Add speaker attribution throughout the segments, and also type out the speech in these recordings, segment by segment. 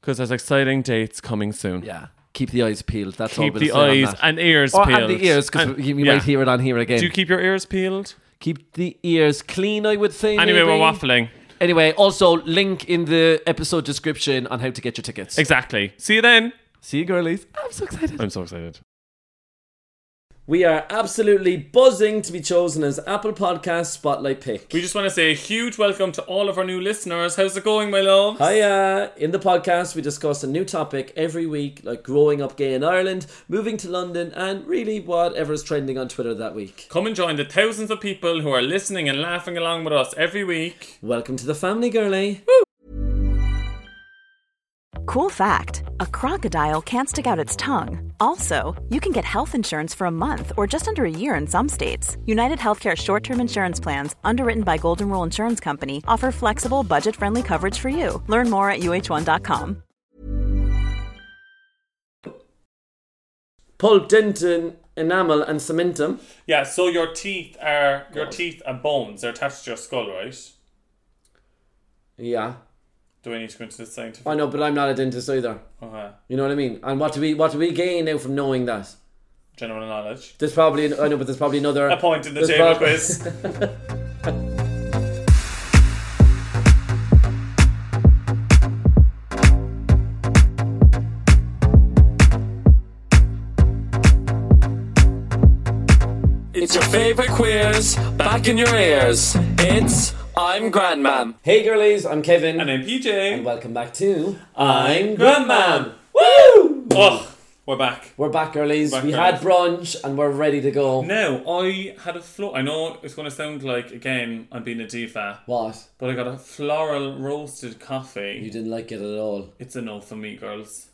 Speaker 1: because there's exciting dates coming soon.
Speaker 2: yeah, keep the eyes peeled. That's all
Speaker 1: Keep
Speaker 2: we'll
Speaker 1: the
Speaker 2: say on
Speaker 1: eyes
Speaker 2: that.
Speaker 1: and ears
Speaker 2: or
Speaker 1: peeled.
Speaker 2: and the ears because
Speaker 1: And-
Speaker 2: you, you
Speaker 1: yeah.
Speaker 2: might hear it on here again.
Speaker 1: Do you keep your ears peeled?
Speaker 2: keep the ears clean, I would say.
Speaker 1: Anyway,
Speaker 2: maybe.
Speaker 1: we're waffling.
Speaker 2: Anyway, also link in the episode description on how to get your tickets.
Speaker 1: Exactly. See you then.
Speaker 2: See you, girlies. I'm so excited.
Speaker 1: I'm so excited.
Speaker 2: We are absolutely buzzing to be chosen as Apple Podcast Spotlight Pick.
Speaker 1: We just want to say a huge welcome to all of our new listeners. How's it going, my love?
Speaker 2: Hiya! In the podcast, we discuss a new topic every week, like growing up gay in Ireland, moving to London, and really whatever is trending on Twitter that week.
Speaker 1: Come and join the thousands of people who are listening and laughing along with us every week.
Speaker 2: Welcome to the family, girlie.
Speaker 3: Cool fact a crocodile can't stick out its tongue. Also, you can get health insurance for a month or just under a year in some states. United Healthcare short term insurance plans, underwritten by Golden Rule Insurance Company, offer flexible, budget friendly coverage for you. Learn more at uh1.com.
Speaker 4: Pulp, dentin, enamel, and cementum.
Speaker 1: Yeah, so your teeth are your teeth and bones. They're attached to your skull, right?
Speaker 4: Yeah.
Speaker 1: Do I need to go into the scientific?
Speaker 4: I know, but I'm not a dentist either.
Speaker 1: Okay.
Speaker 4: You know what I mean? And what do we what do we gain now from knowing that?
Speaker 1: General knowledge.
Speaker 4: There's probably I know, but there's probably another
Speaker 1: A point in the
Speaker 4: there's
Speaker 1: table
Speaker 4: prob-
Speaker 1: quiz.
Speaker 5: It's your favorite queers back in your ears. It's I'm Grandmam.
Speaker 4: Hey girlies, I'm Kevin.
Speaker 1: and then PJ.
Speaker 4: Welcome back to
Speaker 1: I'm Grandmam.
Speaker 4: Woo!
Speaker 1: Ugh, we're back.
Speaker 4: We're back, girlies.
Speaker 1: Back,
Speaker 4: we had brunch and we're ready to go.
Speaker 1: Now I had a floral. I know it's going to sound like again I'm being a diva,
Speaker 4: What?
Speaker 1: but I got a floral roasted coffee.
Speaker 4: You didn't like it at all.
Speaker 1: It's a no for me, girls.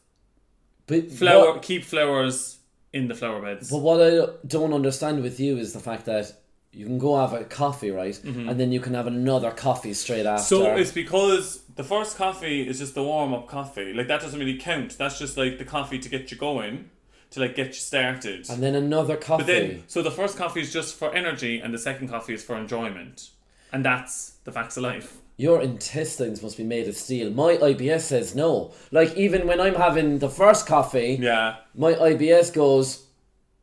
Speaker 4: But
Speaker 1: Flower.
Speaker 4: What,
Speaker 1: Keep flowers in the flower beds.
Speaker 4: but what I don't understand with you is the fact that you can go have a coffee, right? And then you can have another coffee straight after.
Speaker 1: Mm-hmm. So it's because the first coffee is just the warm up coffee. Like that doesn't really count. That's just like the coffee to get you going, to like get you started.
Speaker 4: and then another coffee.
Speaker 1: but then, so the first coffee is just for energy, and the second coffee is for enjoyment, and that's the facts of life.
Speaker 4: Your intestines must be made of steel. My IBS says no. Like even when I'm having the first coffee,
Speaker 1: Yeah.
Speaker 4: my IBS goes,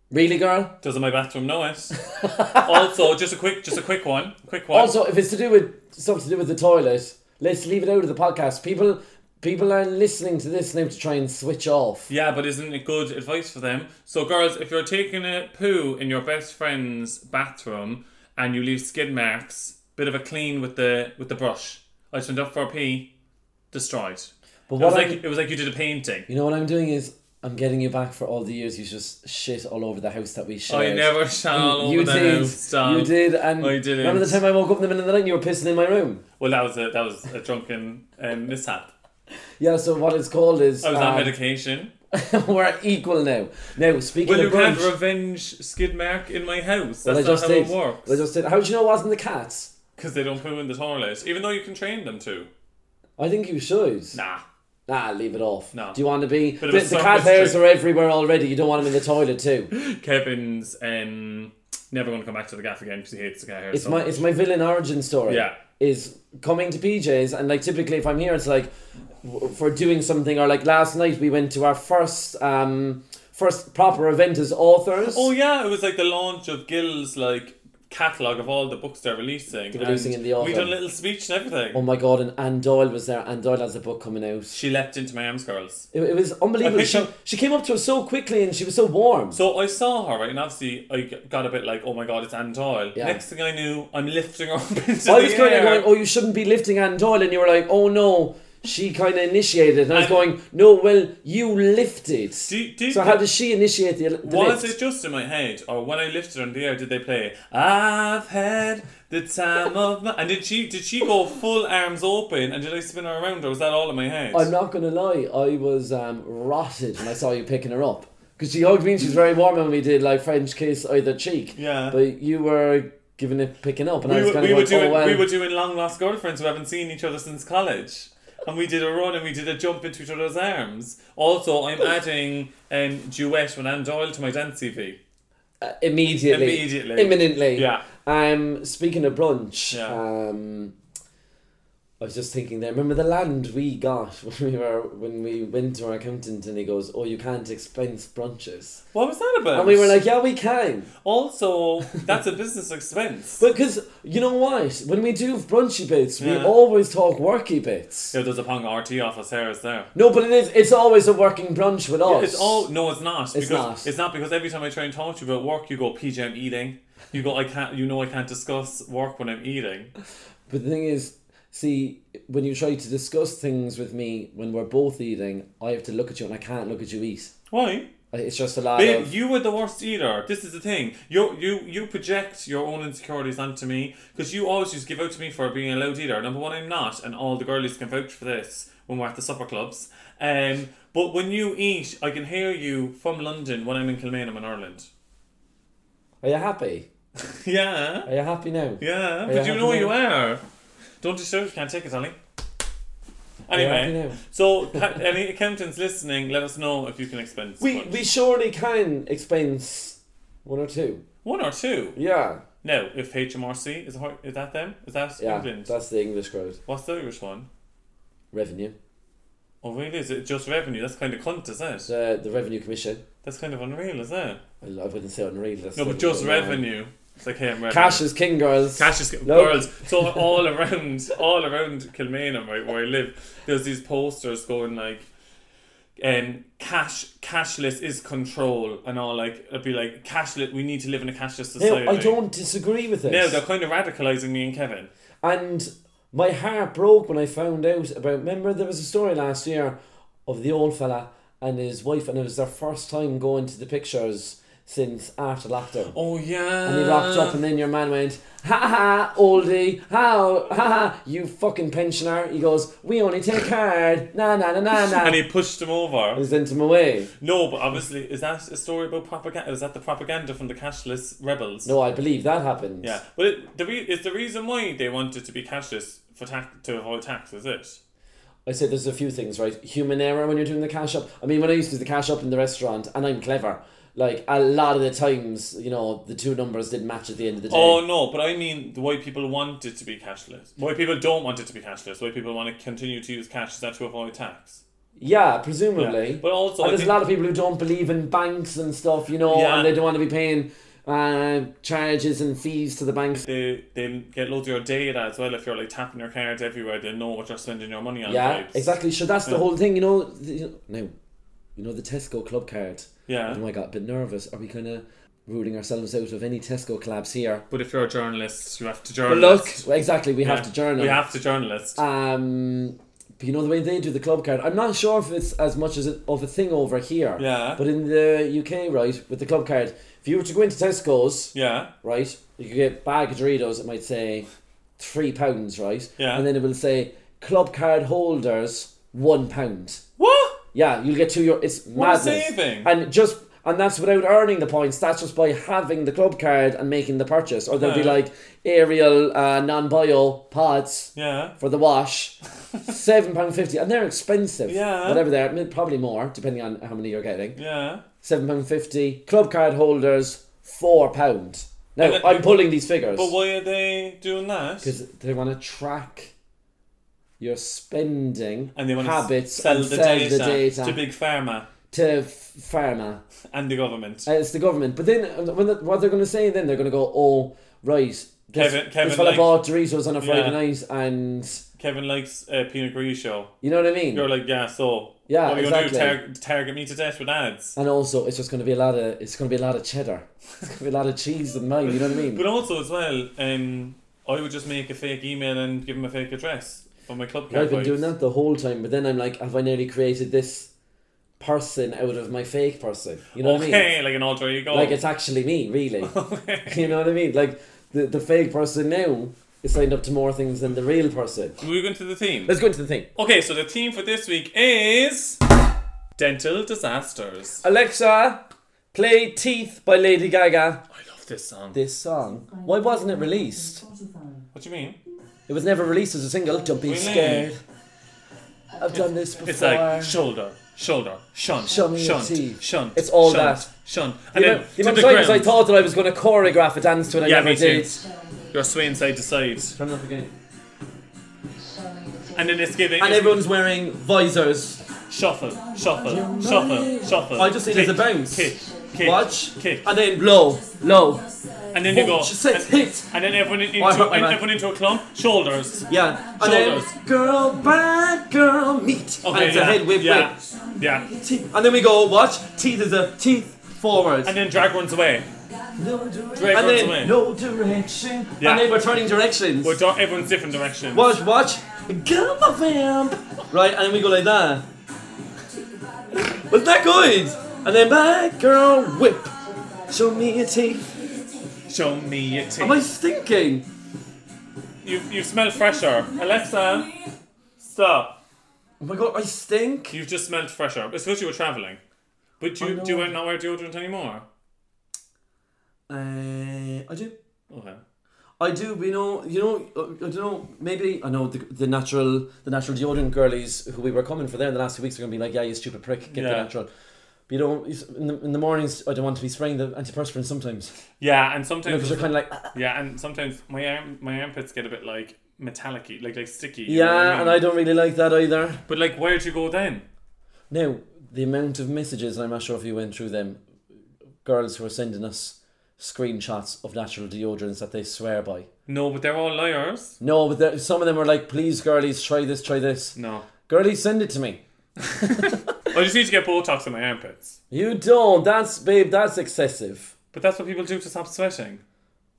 Speaker 4: "Really, girl?"
Speaker 1: Doesn't my bathroom know it? also, just a quick, just a quick one, quick one.
Speaker 4: Also, if it's to do with stuff to do with the toilet, let's leave it out of the podcast. People, people are listening to this now to try and switch off.
Speaker 1: yeah, but isn't it good advice for them? So, girls, if you're taking a poo in your best friend's bathroom and you leave skid marks, bit of a clean with the with the brush. I turned up for a pee, destroyed.
Speaker 4: But
Speaker 1: It was
Speaker 4: what
Speaker 1: like
Speaker 4: I'm-
Speaker 1: it was like you did a painting.
Speaker 4: you know what I'm doing is I'm getting you back for all the years you just shit all over the house that we
Speaker 1: I
Speaker 4: shared.
Speaker 1: never shall
Speaker 4: You
Speaker 1: over the
Speaker 4: did.
Speaker 1: house, Tom.
Speaker 4: You did. And
Speaker 1: I didn't.
Speaker 4: remember the time I woke up in the middle of the night and you were pissing in my room.
Speaker 1: Well, that was a that was a drunken um, mishap.
Speaker 4: Yeah. So what it's called is
Speaker 1: I was on
Speaker 4: um,
Speaker 1: medication.
Speaker 4: We're equal now. Now speaking
Speaker 1: Well, you
Speaker 4: of brunch,
Speaker 1: can't revenge skid mark in my house.
Speaker 4: well, I
Speaker 1: That's not
Speaker 4: just
Speaker 1: how
Speaker 4: did.
Speaker 1: it works.
Speaker 4: I just did. How do you know it wasn't the cats?
Speaker 1: Because they don't poo in the toilet, even though you can train them to.
Speaker 4: I think you should.
Speaker 1: Nah.
Speaker 4: Nah, leave it off.
Speaker 1: No.
Speaker 4: Do you want to be?
Speaker 1: Bit of
Speaker 4: the
Speaker 1: a
Speaker 4: the cat
Speaker 1: sophistry.
Speaker 4: hairs are everywhere already. You don't want them in the toilet too.
Speaker 1: Kevin's um, never going to come back to the gaff again because he hates the guy here.
Speaker 4: It's
Speaker 1: so
Speaker 4: my
Speaker 1: much.
Speaker 4: it's my villain origin story.
Speaker 1: Yeah.
Speaker 4: Is coming to PJs and like typically if I'm here it's like w- for doing something or like last night we went to our first um first proper event as authors.
Speaker 1: Oh yeah, it was like the launch of Gill's like catalogue of all the books they're releasing.
Speaker 4: They're releasing
Speaker 1: and
Speaker 4: in the
Speaker 1: We've done
Speaker 4: autumn.
Speaker 1: a little speech and everything.
Speaker 4: Oh my god, and Anne Doyle was there. Anne Doyle has a book coming out.
Speaker 1: She leapt into my arms, girls.
Speaker 4: It, it was unbelievable.
Speaker 1: I
Speaker 4: She,
Speaker 1: think-
Speaker 4: she came up to us so quickly and she was so warm.
Speaker 1: So I saw her, right, and obviously I g- got a bit like, oh my god, it's Anne Doyle. Next thing I knew, I'm lifting her up into
Speaker 4: I
Speaker 1: the
Speaker 4: was kind
Speaker 1: air.
Speaker 4: of going, oh, you shouldn't be lifting Anne Doyle. And you were like, oh no, she kind of initiated. And I was
Speaker 1: And-
Speaker 4: going, no, well, you lifted.
Speaker 1: Do- do-
Speaker 4: so how does she initiate the, the
Speaker 1: was
Speaker 4: lift?
Speaker 1: it just in my head, or when I lifted her in the air, did they play "I've had the time of"? My... And did she did she go full arms open, and did I spin her around, or was that all in my head?
Speaker 4: I'm not going to lie, I was um, rotted when I saw you picking her up. Because she hugged me and she was very warm and we did like French kiss either cheek.
Speaker 1: Yeah.
Speaker 4: But you were giving it picking up and I
Speaker 1: we
Speaker 4: was
Speaker 1: were,
Speaker 4: kind
Speaker 1: we,
Speaker 4: of
Speaker 1: were
Speaker 4: like,
Speaker 1: doing,
Speaker 4: oh well.
Speaker 1: we were doing long lost girlfriends who haven't seen each other since college. And we did a run and we did a jump into each other's arms. Also, I'm adding um, duet with Anne Doyle to my dance CV.
Speaker 4: immediately,
Speaker 1: Immediately.
Speaker 4: imminently.
Speaker 1: Yeah.
Speaker 4: Um, speaking of brunch,
Speaker 1: Yeah.
Speaker 4: um, I was just thinking there. Remember the land we got when we were when we went to our accountant, and he goes, "Oh, you can't expense brunches,"
Speaker 1: What was that about?
Speaker 4: and we were like, "Yeah, we can,"
Speaker 1: also, that's a business expense.
Speaker 4: but because you know what, when we do brunchy bits, we
Speaker 1: Yeah.
Speaker 4: always talk worky bits.
Speaker 1: yeah, there's a Pong RT office here, is there?
Speaker 4: No, but it is. It's always a working brunch with us.
Speaker 1: It's all no, it's not. because,
Speaker 4: not.
Speaker 1: It's not because every time I try and talk to you about work, you go PJ, I'm eating. You go, I can't. You know, I can't discuss work when I'm eating.
Speaker 4: But the thing is, see, when you try to discuss things with me when we're both eating, I have to look at you, and I can't look at you eat.
Speaker 1: Why?
Speaker 4: Like, It's just a lot
Speaker 1: Babe,
Speaker 4: of.
Speaker 1: you were the worst eater. This is the thing. You you you project your own insecurities onto me because you always just give out to me for being a loud eater. Number one, I'm not, and all the girlies can vouch for this when we're at the supper clubs. Um, but when you eat, I can hear you from London when I'm in Kilmainham in Ireland.
Speaker 4: Are you happy?
Speaker 1: Yeah,
Speaker 4: Are you happy now?
Speaker 1: yeah.
Speaker 4: yeah,
Speaker 1: But you
Speaker 4: I
Speaker 1: know
Speaker 4: know.
Speaker 1: you are. Don't you show you can't take it, Ellie.
Speaker 4: Yeah, I
Speaker 1: Anyway,
Speaker 4: know.
Speaker 1: so ca- any accountants listening, let us know if you can expense
Speaker 4: We
Speaker 1: one.
Speaker 4: we surely can expense one or two.
Speaker 1: one or two.
Speaker 4: Yeah.
Speaker 1: No, if HMRC is hor- is that them? Is that
Speaker 4: Yeah.
Speaker 1: England?
Speaker 4: That's the English crowd.
Speaker 1: What's the Irish one?
Speaker 4: Revenue.
Speaker 1: Oh, really? Is it just revenue? That's kind of cunt, is it?
Speaker 4: Uh, The the Revenue Commission.
Speaker 1: That's kind of unreal, is it?
Speaker 4: I, I wouldn't say unreal. that's
Speaker 1: No, but
Speaker 4: not-
Speaker 1: just
Speaker 4: no.
Speaker 1: revenue. It's like hey, I'm revenue.
Speaker 4: Cash is king, girls.
Speaker 1: Cash is
Speaker 4: No.
Speaker 1: girls. So all around, all around Kilmainham, right where I live, there's these posters going like, um, cash, cashless is control, and all like it'd be like cashless. We need to live in a cashless society.
Speaker 4: No, I don't disagree with
Speaker 1: No,
Speaker 4: this.
Speaker 1: they're kind of radicalizing me and Kevin.
Speaker 4: and my heart broke when I found out about. Remember, there was a story last year of the old fella and his wife, and it was their first time going to the pictures since after lockdown.
Speaker 1: Oh yeah.
Speaker 4: And he locked up, and then your man went, ha ha, oldie, how, ha ha, you fucking pensioner. He goes, we only take card, na na na na na.
Speaker 1: And
Speaker 4: And
Speaker 1: he pushed him over.
Speaker 4: he sent him away.
Speaker 1: No, but obviously, is that a story about propaganda? Is that the propaganda from the cashless rebels?
Speaker 4: No, I believe that happened.
Speaker 1: Yeah, but it, the re- is the reason why they wanted to be cashless for tax to avoid tax, is it?
Speaker 4: I said there's a few things, right? Human error when you're doing the cash up. I mean, when I used to do the cash up in the restaurant, and I'm clever, like a lot of the times, you know, the two numbers didn't match at the end of the day.
Speaker 1: Oh no, but I mean the way people want it to be cashless. Why people don't want it to be cashless. Why people want to continue to use cash is that to avoid tax.
Speaker 4: Yeah, presumably.
Speaker 1: Yeah, but also I
Speaker 4: and there's
Speaker 1: think-
Speaker 4: a lot of people who don't believe in banks and stuff, you know,
Speaker 1: Yeah.
Speaker 4: and they don't want to be paying uh, charges and fees to the banks.
Speaker 1: They they get loads of your data as well. If you're like tapping your cards everywhere, they know what you're spending your money on.
Speaker 4: Yeah,
Speaker 1: types.
Speaker 4: exactly. So that's the whole thing, you know. The, you know now, you know the Tesco club card.
Speaker 1: Yeah.
Speaker 4: And I got a bit nervous. Are we kind of ruling ourselves out of any Tesco collabs here?
Speaker 1: But if you're a journalist, you have to
Speaker 4: But look,
Speaker 1: journalist.
Speaker 4: well, exactly. We have to journal.
Speaker 1: We have to journalist.
Speaker 4: Um, but you know the way they do the club card. I'm not sure if it's as much as a, of a thing over here.
Speaker 1: Yeah.
Speaker 4: But in the UK, right, with the club card, if you were to go into Tesco's,
Speaker 1: yeah.
Speaker 4: right? You could get a bag of Doritos. It might say three pounds, right?
Speaker 1: Yeah.
Speaker 4: And then it will say club card holders one pound.
Speaker 1: What?
Speaker 4: Yeah, you'll get two euro. It's
Speaker 1: What a
Speaker 4: madness.
Speaker 1: saving.
Speaker 4: And just and that's without earning the points. That's just by having the club card and making the purchase. Or there'll be
Speaker 1: Yeah.
Speaker 4: like aerial uh, non-bio pods
Speaker 1: Yeah.
Speaker 4: for the wash, seven pound fifty, and they're expensive.
Speaker 1: Yeah.
Speaker 4: whatever they're I mean, probably more depending on how many you're getting
Speaker 1: Yeah.
Speaker 4: seven pound fifty. Club card holders four pound. Now
Speaker 1: then-
Speaker 4: I'm pulling these figures
Speaker 1: But why are they doing that?
Speaker 4: because they want to track your spending
Speaker 1: and they want
Speaker 4: habits
Speaker 1: to sell,
Speaker 4: and
Speaker 1: the,
Speaker 4: sell
Speaker 1: data
Speaker 4: the data
Speaker 1: to big pharma
Speaker 4: to f- pharma.
Speaker 1: and the government.
Speaker 4: Uh, it's the government. But then uh, when the, what they're going to say then they're going to go oh.
Speaker 6: right, this,
Speaker 1: Kevin- Kevin
Speaker 6: this fella
Speaker 1: likes-
Speaker 6: bought Doritos on a Friday
Speaker 1: Yeah.
Speaker 6: night and,
Speaker 1: Kevin likes uh, Pinot Grigio.
Speaker 6: you know what I mean?
Speaker 1: You're like, yeah, so
Speaker 6: Yeah,
Speaker 1: what are you gonna do?
Speaker 6: exactly.
Speaker 1: Tar- target me to death with ads?
Speaker 6: and also, it's just going to be a lot of, it's going to be a lot of cheddar. It's going to be a lot of cheese and mine, you know what I mean?
Speaker 1: But also as well, um, I would just make a fake email and give him a fake address on my club card.
Speaker 6: I've been
Speaker 1: vibes.
Speaker 6: doing that the whole time, but then I'm like, have I nearly created this person out of my fake person? You know what I mean?
Speaker 1: Okay, like an alter ego.
Speaker 6: Like it's actually me, really. you know what I mean? Like the, the fake person now is signed up to more things than the real person.
Speaker 1: We're going to the theme.
Speaker 6: Let's go into the thing.
Speaker 1: Okay, so the theme for this week is dental disasters.
Speaker 6: Alexa, play Teeth by Lady Gaga.
Speaker 1: I love this song.
Speaker 6: This song. Why wasn't it released?
Speaker 1: What do you mean?
Speaker 6: It was never released as a single. Don't be
Speaker 1: Really?
Speaker 6: scared. I've done this before.
Speaker 1: It's like shoulder, shoulder, shun,
Speaker 6: Show me your
Speaker 1: shun,
Speaker 6: teeth.
Speaker 1: shun.
Speaker 6: It's all
Speaker 1: shun,
Speaker 6: that.
Speaker 1: shun.
Speaker 6: the
Speaker 1: And then
Speaker 6: amount, the
Speaker 1: to
Speaker 6: amount
Speaker 1: the
Speaker 6: of times I
Speaker 1: ground.
Speaker 6: thought that I was going to choreograph a dance to it, I
Speaker 1: Yeah,
Speaker 6: never
Speaker 1: me too.
Speaker 6: did.
Speaker 1: You're swaying side to side,
Speaker 6: Turn it up again.
Speaker 1: and then it's giving.
Speaker 4: And everyone's wearing visors.
Speaker 1: Shuffle, shuffle, shuffle, shuffle.
Speaker 4: I just see there's a bounce.
Speaker 1: Kick, kick,
Speaker 4: Watch.
Speaker 1: kick.
Speaker 4: And then low, low.
Speaker 1: And then you go.
Speaker 4: One, two, six,
Speaker 1: and,
Speaker 4: hit.
Speaker 1: and then everyone into,
Speaker 4: I hurt my
Speaker 1: and
Speaker 4: back.
Speaker 1: everyone into a clump. Shoulders.
Speaker 4: Yeah. And then
Speaker 1: Shoulders.
Speaker 4: girl, bad girl, meet. and
Speaker 1: Okay,
Speaker 4: it's
Speaker 1: yeah,
Speaker 4: a head whip,
Speaker 1: yeah,
Speaker 4: whip.
Speaker 1: yeah.
Speaker 4: Teeth. And then we go, watch. Teeth is a teeth forward.
Speaker 1: And then drag runs away.
Speaker 4: no direction.
Speaker 1: Drag
Speaker 4: And
Speaker 1: runs
Speaker 4: then
Speaker 1: away.
Speaker 4: no direction.
Speaker 1: Yeah.
Speaker 4: And then we're turning directions.
Speaker 1: We're do- everyone's different directions.
Speaker 4: Watch, watch. Girl, my vamp. Right, and then we go like that. Was that good? And then bad girl, whip. Show me your teeth.
Speaker 1: Show me your teeth.
Speaker 4: Am I stinking?
Speaker 1: You, you smell fresher. Alexa, stop.
Speaker 4: Oh my god, I stink.
Speaker 1: You've just smelled fresher. It's because you were travelling. But you, do you not wear deodorant anymore?
Speaker 4: Uh, I do.
Speaker 1: Okay.
Speaker 4: I do, but you know, you know, uh, I don't know. Maybe I know the, the natural, the natural deodorant girlies who we were coming for there in the last two weeks are gonna be like, yeah, you stupid prick, get
Speaker 1: Yeah.
Speaker 4: the natural. But you know, it's- in the, in the mornings, I don't want to be spraying the antiperspirant sometimes
Speaker 1: Yeah, and sometimes
Speaker 4: because they're kind of like,
Speaker 1: yeah, and sometimes my arm my armpits get a bit like metallic-y, like like sticky. you know what
Speaker 4: yeah, and I
Speaker 1: mean?
Speaker 4: don't really like that either.
Speaker 1: But like, where'd you go then?
Speaker 4: Now, the amount of messages, and I'm not sure if you went through them, girls who are sending us screenshots of natural deodorants that they swear by.
Speaker 1: No, but they're all liars.
Speaker 4: No, but there, some of them are like, please, girlies, try this, try this.
Speaker 1: No,
Speaker 4: Girlies, send it to me.
Speaker 1: I just need to get Botox in my armpits.
Speaker 4: You don't. That's, babe, that's excessive.
Speaker 1: But that's what people do to stop sweating.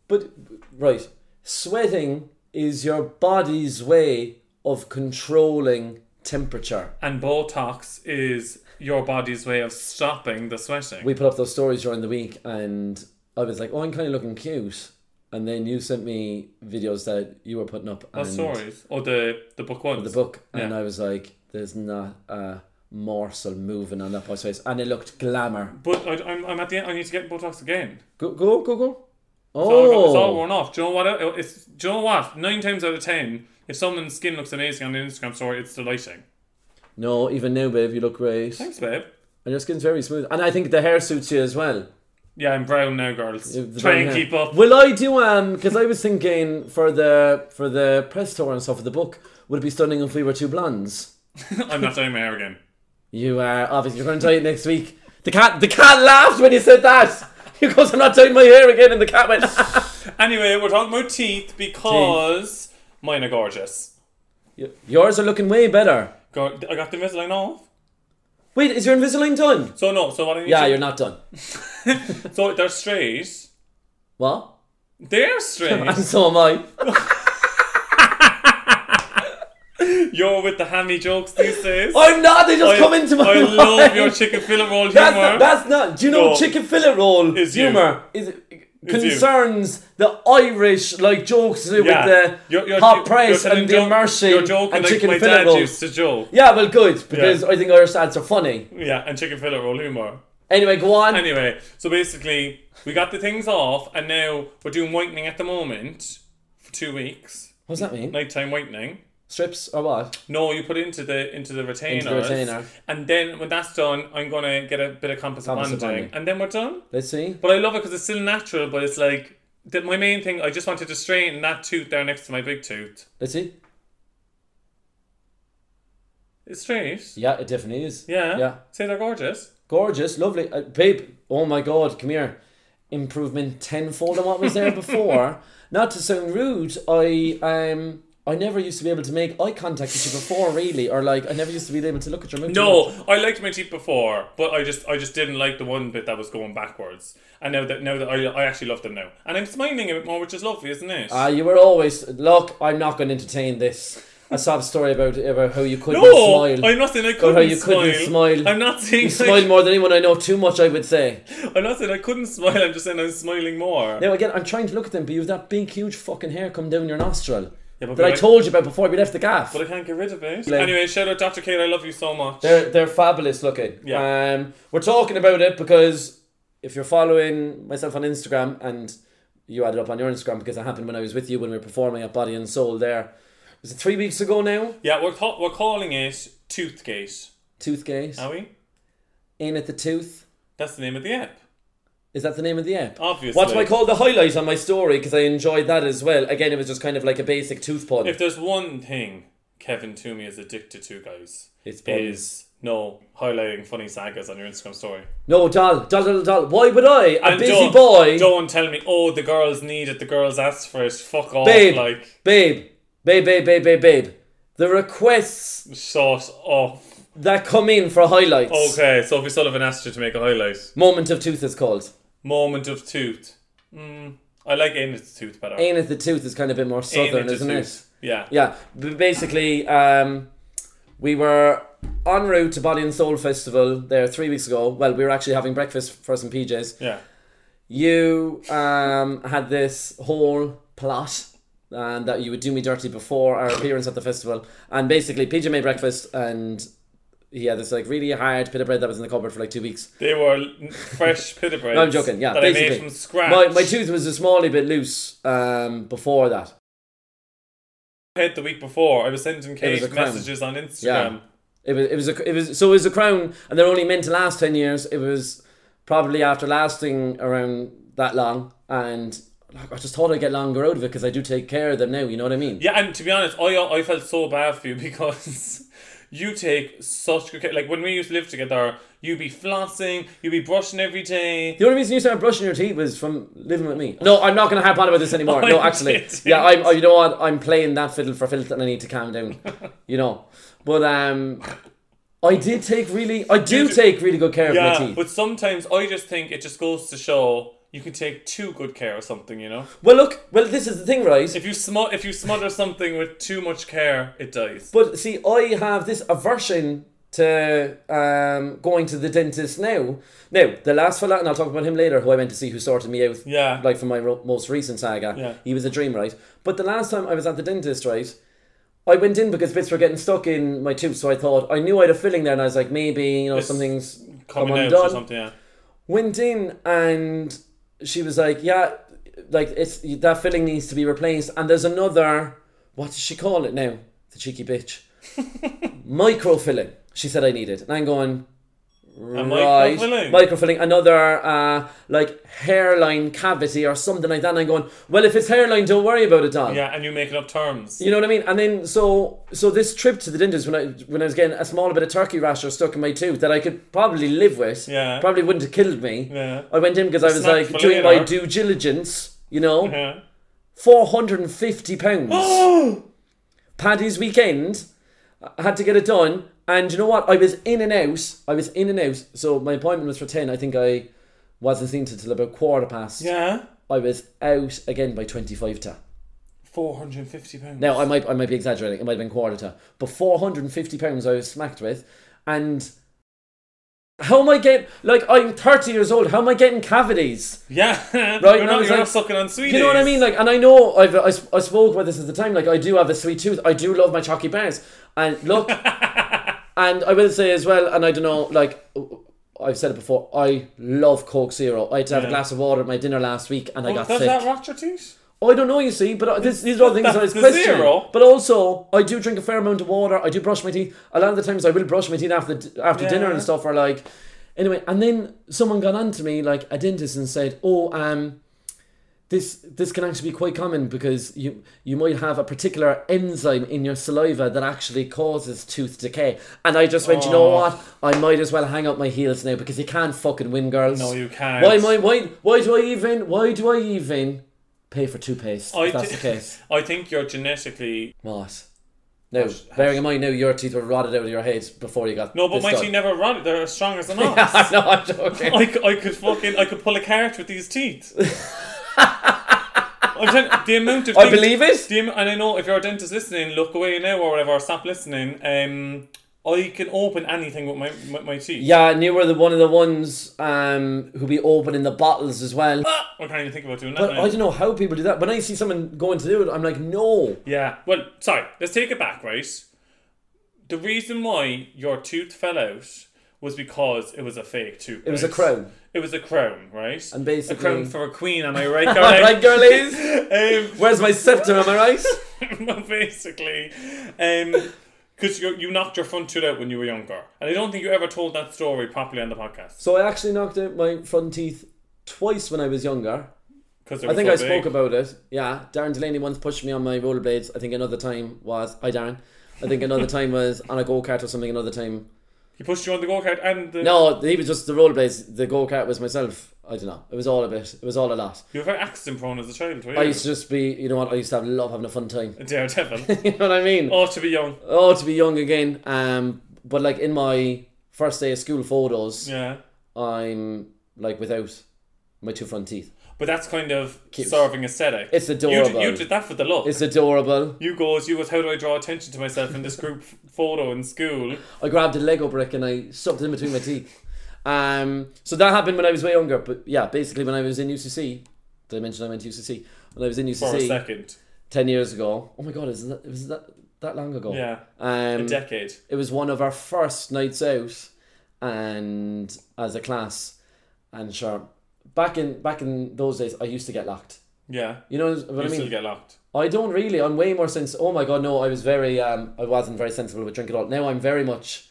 Speaker 4: But, right, sweating is your body's way of controlling temperature.
Speaker 1: And Botox is your body's way of stopping the sweating.
Speaker 4: we put up those stories during the week and I was like, oh, I'm kind of looking cute. And then you sent me videos that you were putting up
Speaker 1: What
Speaker 4: and
Speaker 1: stories? Or the the book ones.
Speaker 4: the book. And
Speaker 1: Yeah.
Speaker 4: I was like, there's not a morsel moving on that boy's face. And it looked glamour.
Speaker 1: But I, I'm, I'm at the end. I need to get Botox again.
Speaker 4: Go, go, go, go.
Speaker 1: It's all, it's all
Speaker 4: Oh,
Speaker 1: worn off. Do you know what? it- It's, do you know what? Nine times out of ten, if someone's skin looks amazing on the Instagram story, it's the lighting.
Speaker 4: no, even now, babe, you look great. And
Speaker 1: Thanks, babe.
Speaker 4: your skin's very smooth. And I think the hair suits you as well.
Speaker 1: Yeah, I'm brown now, girls.
Speaker 4: The
Speaker 1: Try
Speaker 4: brown
Speaker 1: and
Speaker 4: hair.
Speaker 1: keep up.
Speaker 4: Will I do um? Because I was thinking for the for the press tour and stuff of the book, would it be stunning if we were two blondes?
Speaker 1: I'm not dyeing my hair again.
Speaker 4: You are obviously you're going to try it next week. The cat, the cat laughed when he said that. He goes, "I'm not dyeing my hair again," and the cat went.
Speaker 1: Anyway, we're talking about teeth because mine are gorgeous.
Speaker 4: Yours are looking way better.
Speaker 1: Go- I got the Invisalign off.
Speaker 4: Wait, is your Invisalign done?
Speaker 1: So no. So what I need
Speaker 4: Yeah,
Speaker 1: to-
Speaker 4: you're not done.
Speaker 1: So they're straight.
Speaker 4: What?
Speaker 1: They're straight.
Speaker 4: And so am I.
Speaker 1: You're with the hammy jokes these days.
Speaker 4: I'm not. They just
Speaker 1: I-
Speaker 4: come into my
Speaker 1: I
Speaker 4: mind.
Speaker 1: love your chicken fillet roll humor.
Speaker 4: That's not, that's not. Do you know
Speaker 1: No.
Speaker 4: chicken fillet roll
Speaker 1: It's you.
Speaker 4: humor is
Speaker 1: It's you.
Speaker 4: concerns the Irish like jokes to do
Speaker 1: Yeah.
Speaker 4: with the
Speaker 1: You're- you're-
Speaker 4: hot
Speaker 1: you're-
Speaker 4: press
Speaker 1: you're telling
Speaker 4: and the
Speaker 1: joke-
Speaker 4: immersion
Speaker 1: You're joking
Speaker 4: and
Speaker 1: like
Speaker 4: chicken
Speaker 1: my
Speaker 4: fillet
Speaker 1: dad
Speaker 4: roll.
Speaker 1: used to joke.
Speaker 4: Yeah, well, good because I think Irish ads are funny.
Speaker 1: Yeah, and chicken fillet roll humor.
Speaker 4: Anyway, go on.
Speaker 1: Anyway, so basically, we got the things off, and now we're doing whitening at the moment for two weeks.
Speaker 4: what does that mean?
Speaker 1: Nighttime whitening.
Speaker 4: Strips or what?
Speaker 1: No, you put it into the into the retainers,
Speaker 4: retainer.
Speaker 1: and then when that's done, I'm gonna get a bit of composite,
Speaker 4: Composite
Speaker 1: bonding,
Speaker 4: bonding.
Speaker 1: and then we're done.
Speaker 4: Let's see.
Speaker 1: But I love it because it's still natural, but it's like that. My main thing, I just wanted to straighten that tooth there next to my big tooth.
Speaker 4: Let's see.
Speaker 1: It's straight.
Speaker 4: Yeah, it definitely is.
Speaker 1: Yeah.
Speaker 4: Yeah.
Speaker 1: Say they're gorgeous.
Speaker 4: Gorgeous, lovely. Uh, babe, oh my god, come here. Improvement tenfold on what was there before. not to sound rude, I um I never used to be able to make eye contact with you before, really, or like I never used to be able to look at your mouth. too
Speaker 1: No,
Speaker 4: much.
Speaker 1: I liked my teeth before, but I just I just didn't like the one bit that was going backwards. And now that now that I, I actually love them now, and I'm smiling a bit more, which is lovely, isn't it?
Speaker 4: Ah, you were always look. I'm not going to entertain this. A sob story about about how you couldn't
Speaker 1: no,
Speaker 4: smile.
Speaker 1: I'm not saying I
Speaker 4: Or
Speaker 1: couldn't,
Speaker 4: how you
Speaker 1: smile.
Speaker 4: couldn't smile.
Speaker 1: I'm not saying
Speaker 4: You smile more than anyone I know. Too much, I would say.
Speaker 1: I'm not saying I couldn't smile. I'm just saying I'm smiling more.
Speaker 4: Now again, I'm trying to look at them, but you've that big, huge fucking hair come down your nostril
Speaker 1: but
Speaker 4: that I
Speaker 1: we-
Speaker 4: told you about before we left the gaff.
Speaker 1: But I can't get rid of it.
Speaker 4: Like-
Speaker 1: Anyway, shout out Dr. Kate. I love you so much.
Speaker 4: They're they're fabulous looking.
Speaker 1: Yeah.
Speaker 4: Um, we're talking about it because if you're following myself on Instagram and you added up on your Instagram because it happened when I was with you when we were performing at Body and Soul there. Was it three weeks ago now?
Speaker 1: yeah, we're ca- we're calling it Toothgate.
Speaker 4: Tooth gaze.
Speaker 1: Are we?
Speaker 4: In at the tooth.
Speaker 1: That's the name of the app.
Speaker 4: Is that the name of the app?
Speaker 1: Obviously.
Speaker 4: What's my call the highlight on my story because I enjoyed that as well. Again, it was just kind of like a basic tooth pun.
Speaker 1: If there's one thing Kevin Toomey is addicted to, guys,
Speaker 4: It's puns.
Speaker 1: is no highlighting funny sagas on your Instagram story.
Speaker 4: no, doll, doll, doll, doll. Why would I? A
Speaker 1: And
Speaker 4: busy
Speaker 1: don't-
Speaker 4: boy.
Speaker 1: Don't tell me, oh, the girls need it, the girls ask for it. Fuck off.
Speaker 4: Babe.
Speaker 1: Like,
Speaker 4: Babe, babe, babe, babe, babe, babe. The requests
Speaker 1: shut up.
Speaker 4: that come in for highlights.
Speaker 1: Okay, Sophie Sullivan asked you to make a highlight.
Speaker 4: Moment of Tooth is called.
Speaker 1: Moment of tooth. Mm, I like aim at the tooth better.
Speaker 4: Ain't it the Tooth is kind of a bit more
Speaker 1: Aim
Speaker 4: southern,
Speaker 1: at the
Speaker 4: isn't it?
Speaker 1: tooth. Yeah.
Speaker 4: Yeah, but basically, um, we were en route to Body and Soul Festival there three weeks ago. Well, we were actually having breakfast for some PJs.
Speaker 1: Yeah.
Speaker 4: You um, had this whole plot and that you would do me dirty before our appearance at the festival. And basically, PJ made breakfast and he had this like really hard pita bread that was in the cupboard for like two weeks.
Speaker 1: They were l- fresh pita breads.
Speaker 4: No, I'm joking. Yeah,
Speaker 1: that
Speaker 4: basically.
Speaker 1: I made from scratch.
Speaker 4: My, my tooth was a smally bit loose um, before that.
Speaker 1: head the week before. I was sending
Speaker 4: was
Speaker 1: Kate
Speaker 4: a crime.
Speaker 1: messages on Instagram.
Speaker 4: Yeah. Um, It was it was a it was so it was a crown, and they're only meant to last ten years. It was probably after lasting around that long, and like, I just thought I'd get longer out of it because I do take care of them now. You know what I mean?
Speaker 1: Yeah, and to be honest, I I felt so bad for you because you take such good care. Like when we used to live together, you'd be flossing, you'd be brushing every day.
Speaker 4: The only reason you started brushing your teeth was from living with me. No, I'm not going to harp on about this anymore. No,
Speaker 1: I'm
Speaker 4: actually,
Speaker 1: kidding.
Speaker 4: yeah, I'm. oh, You know what? I'm playing that fiddle for filth, and I need to calm down. You know, but um, I did take really, I do
Speaker 1: do-
Speaker 4: take really good care of my
Speaker 1: Yeah,
Speaker 4: teeth.
Speaker 1: but sometimes I just think it just goes to show you can take too good care of something. You know,
Speaker 4: well, look, well, this is the thing, right?
Speaker 1: if you smut if you smother something with too much care, it dies.
Speaker 4: But see, I have this aversion to um, going to the dentist now. Now, the last fella, and I'll talk about him later, who I went to see, who sorted me out,
Speaker 1: Yeah.
Speaker 4: like for my ro- most recent saga.
Speaker 1: Yeah.
Speaker 4: He was a dream, right? But the last time I was at the dentist, right, I went in because bits were getting stuck in my tooth, so I thought I knew I had a filling there, and I was like, maybe you know something's
Speaker 1: Coming
Speaker 4: come
Speaker 1: out
Speaker 4: undone
Speaker 1: or something. Yeah.
Speaker 4: went in and she was like, yeah, like it's that filling needs to be replaced. And there's another, what does she call it now? The cheeky bitch. micro filling. She said I needed. And I'm going, right.
Speaker 1: microfilling?
Speaker 4: Microfilling. Another, uh, like hairline cavity or something like that. And I'm going, well, if it's hairline, don't worry about it, Don.
Speaker 1: Yeah, and you making up terms.
Speaker 4: You know what I mean? And then so so this trip to the dentist when I when I was getting a small bit of turkey rash or stuck in my tooth that I could probably live with.
Speaker 1: Yeah.
Speaker 4: Probably wouldn't have killed me.
Speaker 1: Yeah.
Speaker 4: I went in because I was
Speaker 1: Snack
Speaker 4: like
Speaker 1: for
Speaker 4: doing
Speaker 1: later.
Speaker 4: my due diligence, you know.
Speaker 1: Yeah.
Speaker 4: Four hundred and fifty pounds. Paddy's weekend. I had to get it done. And you know what? I was in and out. I was in and out. So my appointment was for ten. I think I wasn't seen till about quarter past.
Speaker 1: Yeah.
Speaker 4: I was out again by twenty five to.
Speaker 1: Four hundred and fifty pounds.
Speaker 4: Now I might I might be exaggerating. It might have been quarter to, but four hundred and fifty pounds I was smacked with, and how am I getting like I'm thirty years old? How am I getting cavities?
Speaker 1: Yeah.
Speaker 4: Right,
Speaker 1: Right. you're
Speaker 4: and I
Speaker 1: not,
Speaker 4: was
Speaker 1: you're
Speaker 4: like-
Speaker 1: not sucking on sweeties.
Speaker 4: You know what I mean? Like, and I know I've I, s- I spoke about this at the time. Like, I do have a sweet tooth. I do love my chalky bars, and look, and I will say as well. And I don't know, like. I've said it before. I love Coke Zero. I had to have a glass of water at my dinner last week, and I got
Speaker 1: Oh, Does
Speaker 4: sick.
Speaker 1: that rot your teeth?
Speaker 4: I don't know, you see, but I- this, these are all things I was
Speaker 1: the
Speaker 4: questioning.
Speaker 1: zero.
Speaker 4: But also, I do drink a fair amount of water. I do brush my teeth. A lot of the times, I will brush my teeth after d- after dinner and stuff. Or like, anyway. And then someone got on to me, like a dentist, and said, "Oh, um, this this can actually be quite common because you you might have a particular enzyme in your saliva that actually causes tooth decay." And I just went, "You know what? I might as well hang up my heels now because you can't fucking win, girls.
Speaker 1: No, you can't.
Speaker 4: Why, my, why, why do I even? Why do I even?" pay for toothpaste.
Speaker 1: I
Speaker 4: if that's
Speaker 1: thi-
Speaker 4: the case.
Speaker 1: I think you're genetically
Speaker 4: What? No, bearing in mind now your teeth were rotted out of your head before you got.
Speaker 1: no, but
Speaker 4: this
Speaker 1: my
Speaker 4: done.
Speaker 1: teeth never rotted. They're as strong as an ox.
Speaker 4: no, I'm joking.
Speaker 1: I, c- I could fucking I could pull a carrot with these teeth. I'm telling the amount of
Speaker 4: I
Speaker 1: things-
Speaker 4: believe it.
Speaker 1: The am- and I know if you're a dentist listening, look away now or whatever, or stop listening. Um, I can open anything with my my, my teeth.
Speaker 4: Yeah, and you were the one of the ones um, who be opening the bottles as well.
Speaker 1: I can't even think about doing that.
Speaker 4: But
Speaker 1: now.
Speaker 4: I don't know how people do that. When I see someone going to do it, I'm like, no.
Speaker 1: Yeah. Well, sorry. Let's take it back, right? The reason why your tooth fell out was because it was a fake tooth.
Speaker 4: It was a crown.
Speaker 1: It was a crown, right?
Speaker 4: And basically-
Speaker 1: a crown for a queen. Am I right, Caroline?
Speaker 4: Right, girlies?
Speaker 1: Um,
Speaker 4: Where's my scepter? Am I right?
Speaker 1: well, basically, um, because you you knocked your front tooth out when you were younger, and I don't think you ever told that story properly on the podcast.
Speaker 4: So I actually knocked out my front teeth twice when I was younger.
Speaker 1: Because
Speaker 4: I think I spoke about it. Yeah, Darren Delaney once pushed me on my rollerblades. I think another time was hi Darren. I think another time was on a go kart or something. Another time,
Speaker 1: He pushed you on the go kart and uh, the,
Speaker 4: no, he was just the rollerblades. The go kart was myself. I don't know. It was all a bit. It was all a lot.
Speaker 1: You were very accident prone as a child, were you?
Speaker 4: I used to just be, you know what? I used to have love having a fun time.
Speaker 1: A daredevil.
Speaker 4: You know what I mean?
Speaker 1: oh, to be young.
Speaker 4: Oh, to be young again. Um, but like in my first day of school photos,
Speaker 1: Yeah.
Speaker 4: I'm like without my two front teeth.
Speaker 1: But that's kind of serving aesthetic.
Speaker 4: It's
Speaker 1: You did,
Speaker 4: adorable.
Speaker 1: you did that for the look.
Speaker 4: It's adorable.
Speaker 1: you goes, you goes, how do I draw attention to myself in this group photo in school?
Speaker 4: I grabbed a Lego brick and I stuffed it in between my teeth. Um, so that happened when I was way younger, but yeah, basically when I was in UCC, did I mention I went to UCC? When I was in
Speaker 1: For a
Speaker 4: UCC
Speaker 1: second.
Speaker 4: ten years ago. Oh my god, is that was that that long ago?
Speaker 1: Yeah.
Speaker 4: Um,
Speaker 1: A decade.
Speaker 4: it was one of our first nights out, and as a class, and sure, back in back in those days, I used to get locked.
Speaker 1: Yeah.
Speaker 4: You know what
Speaker 1: You
Speaker 4: I mean?
Speaker 1: still get locked.
Speaker 4: I don't really. I'm way more sensitive. Oh my god, no! I was very, um, I wasn't very sensible with drink at all. Now I'm very much.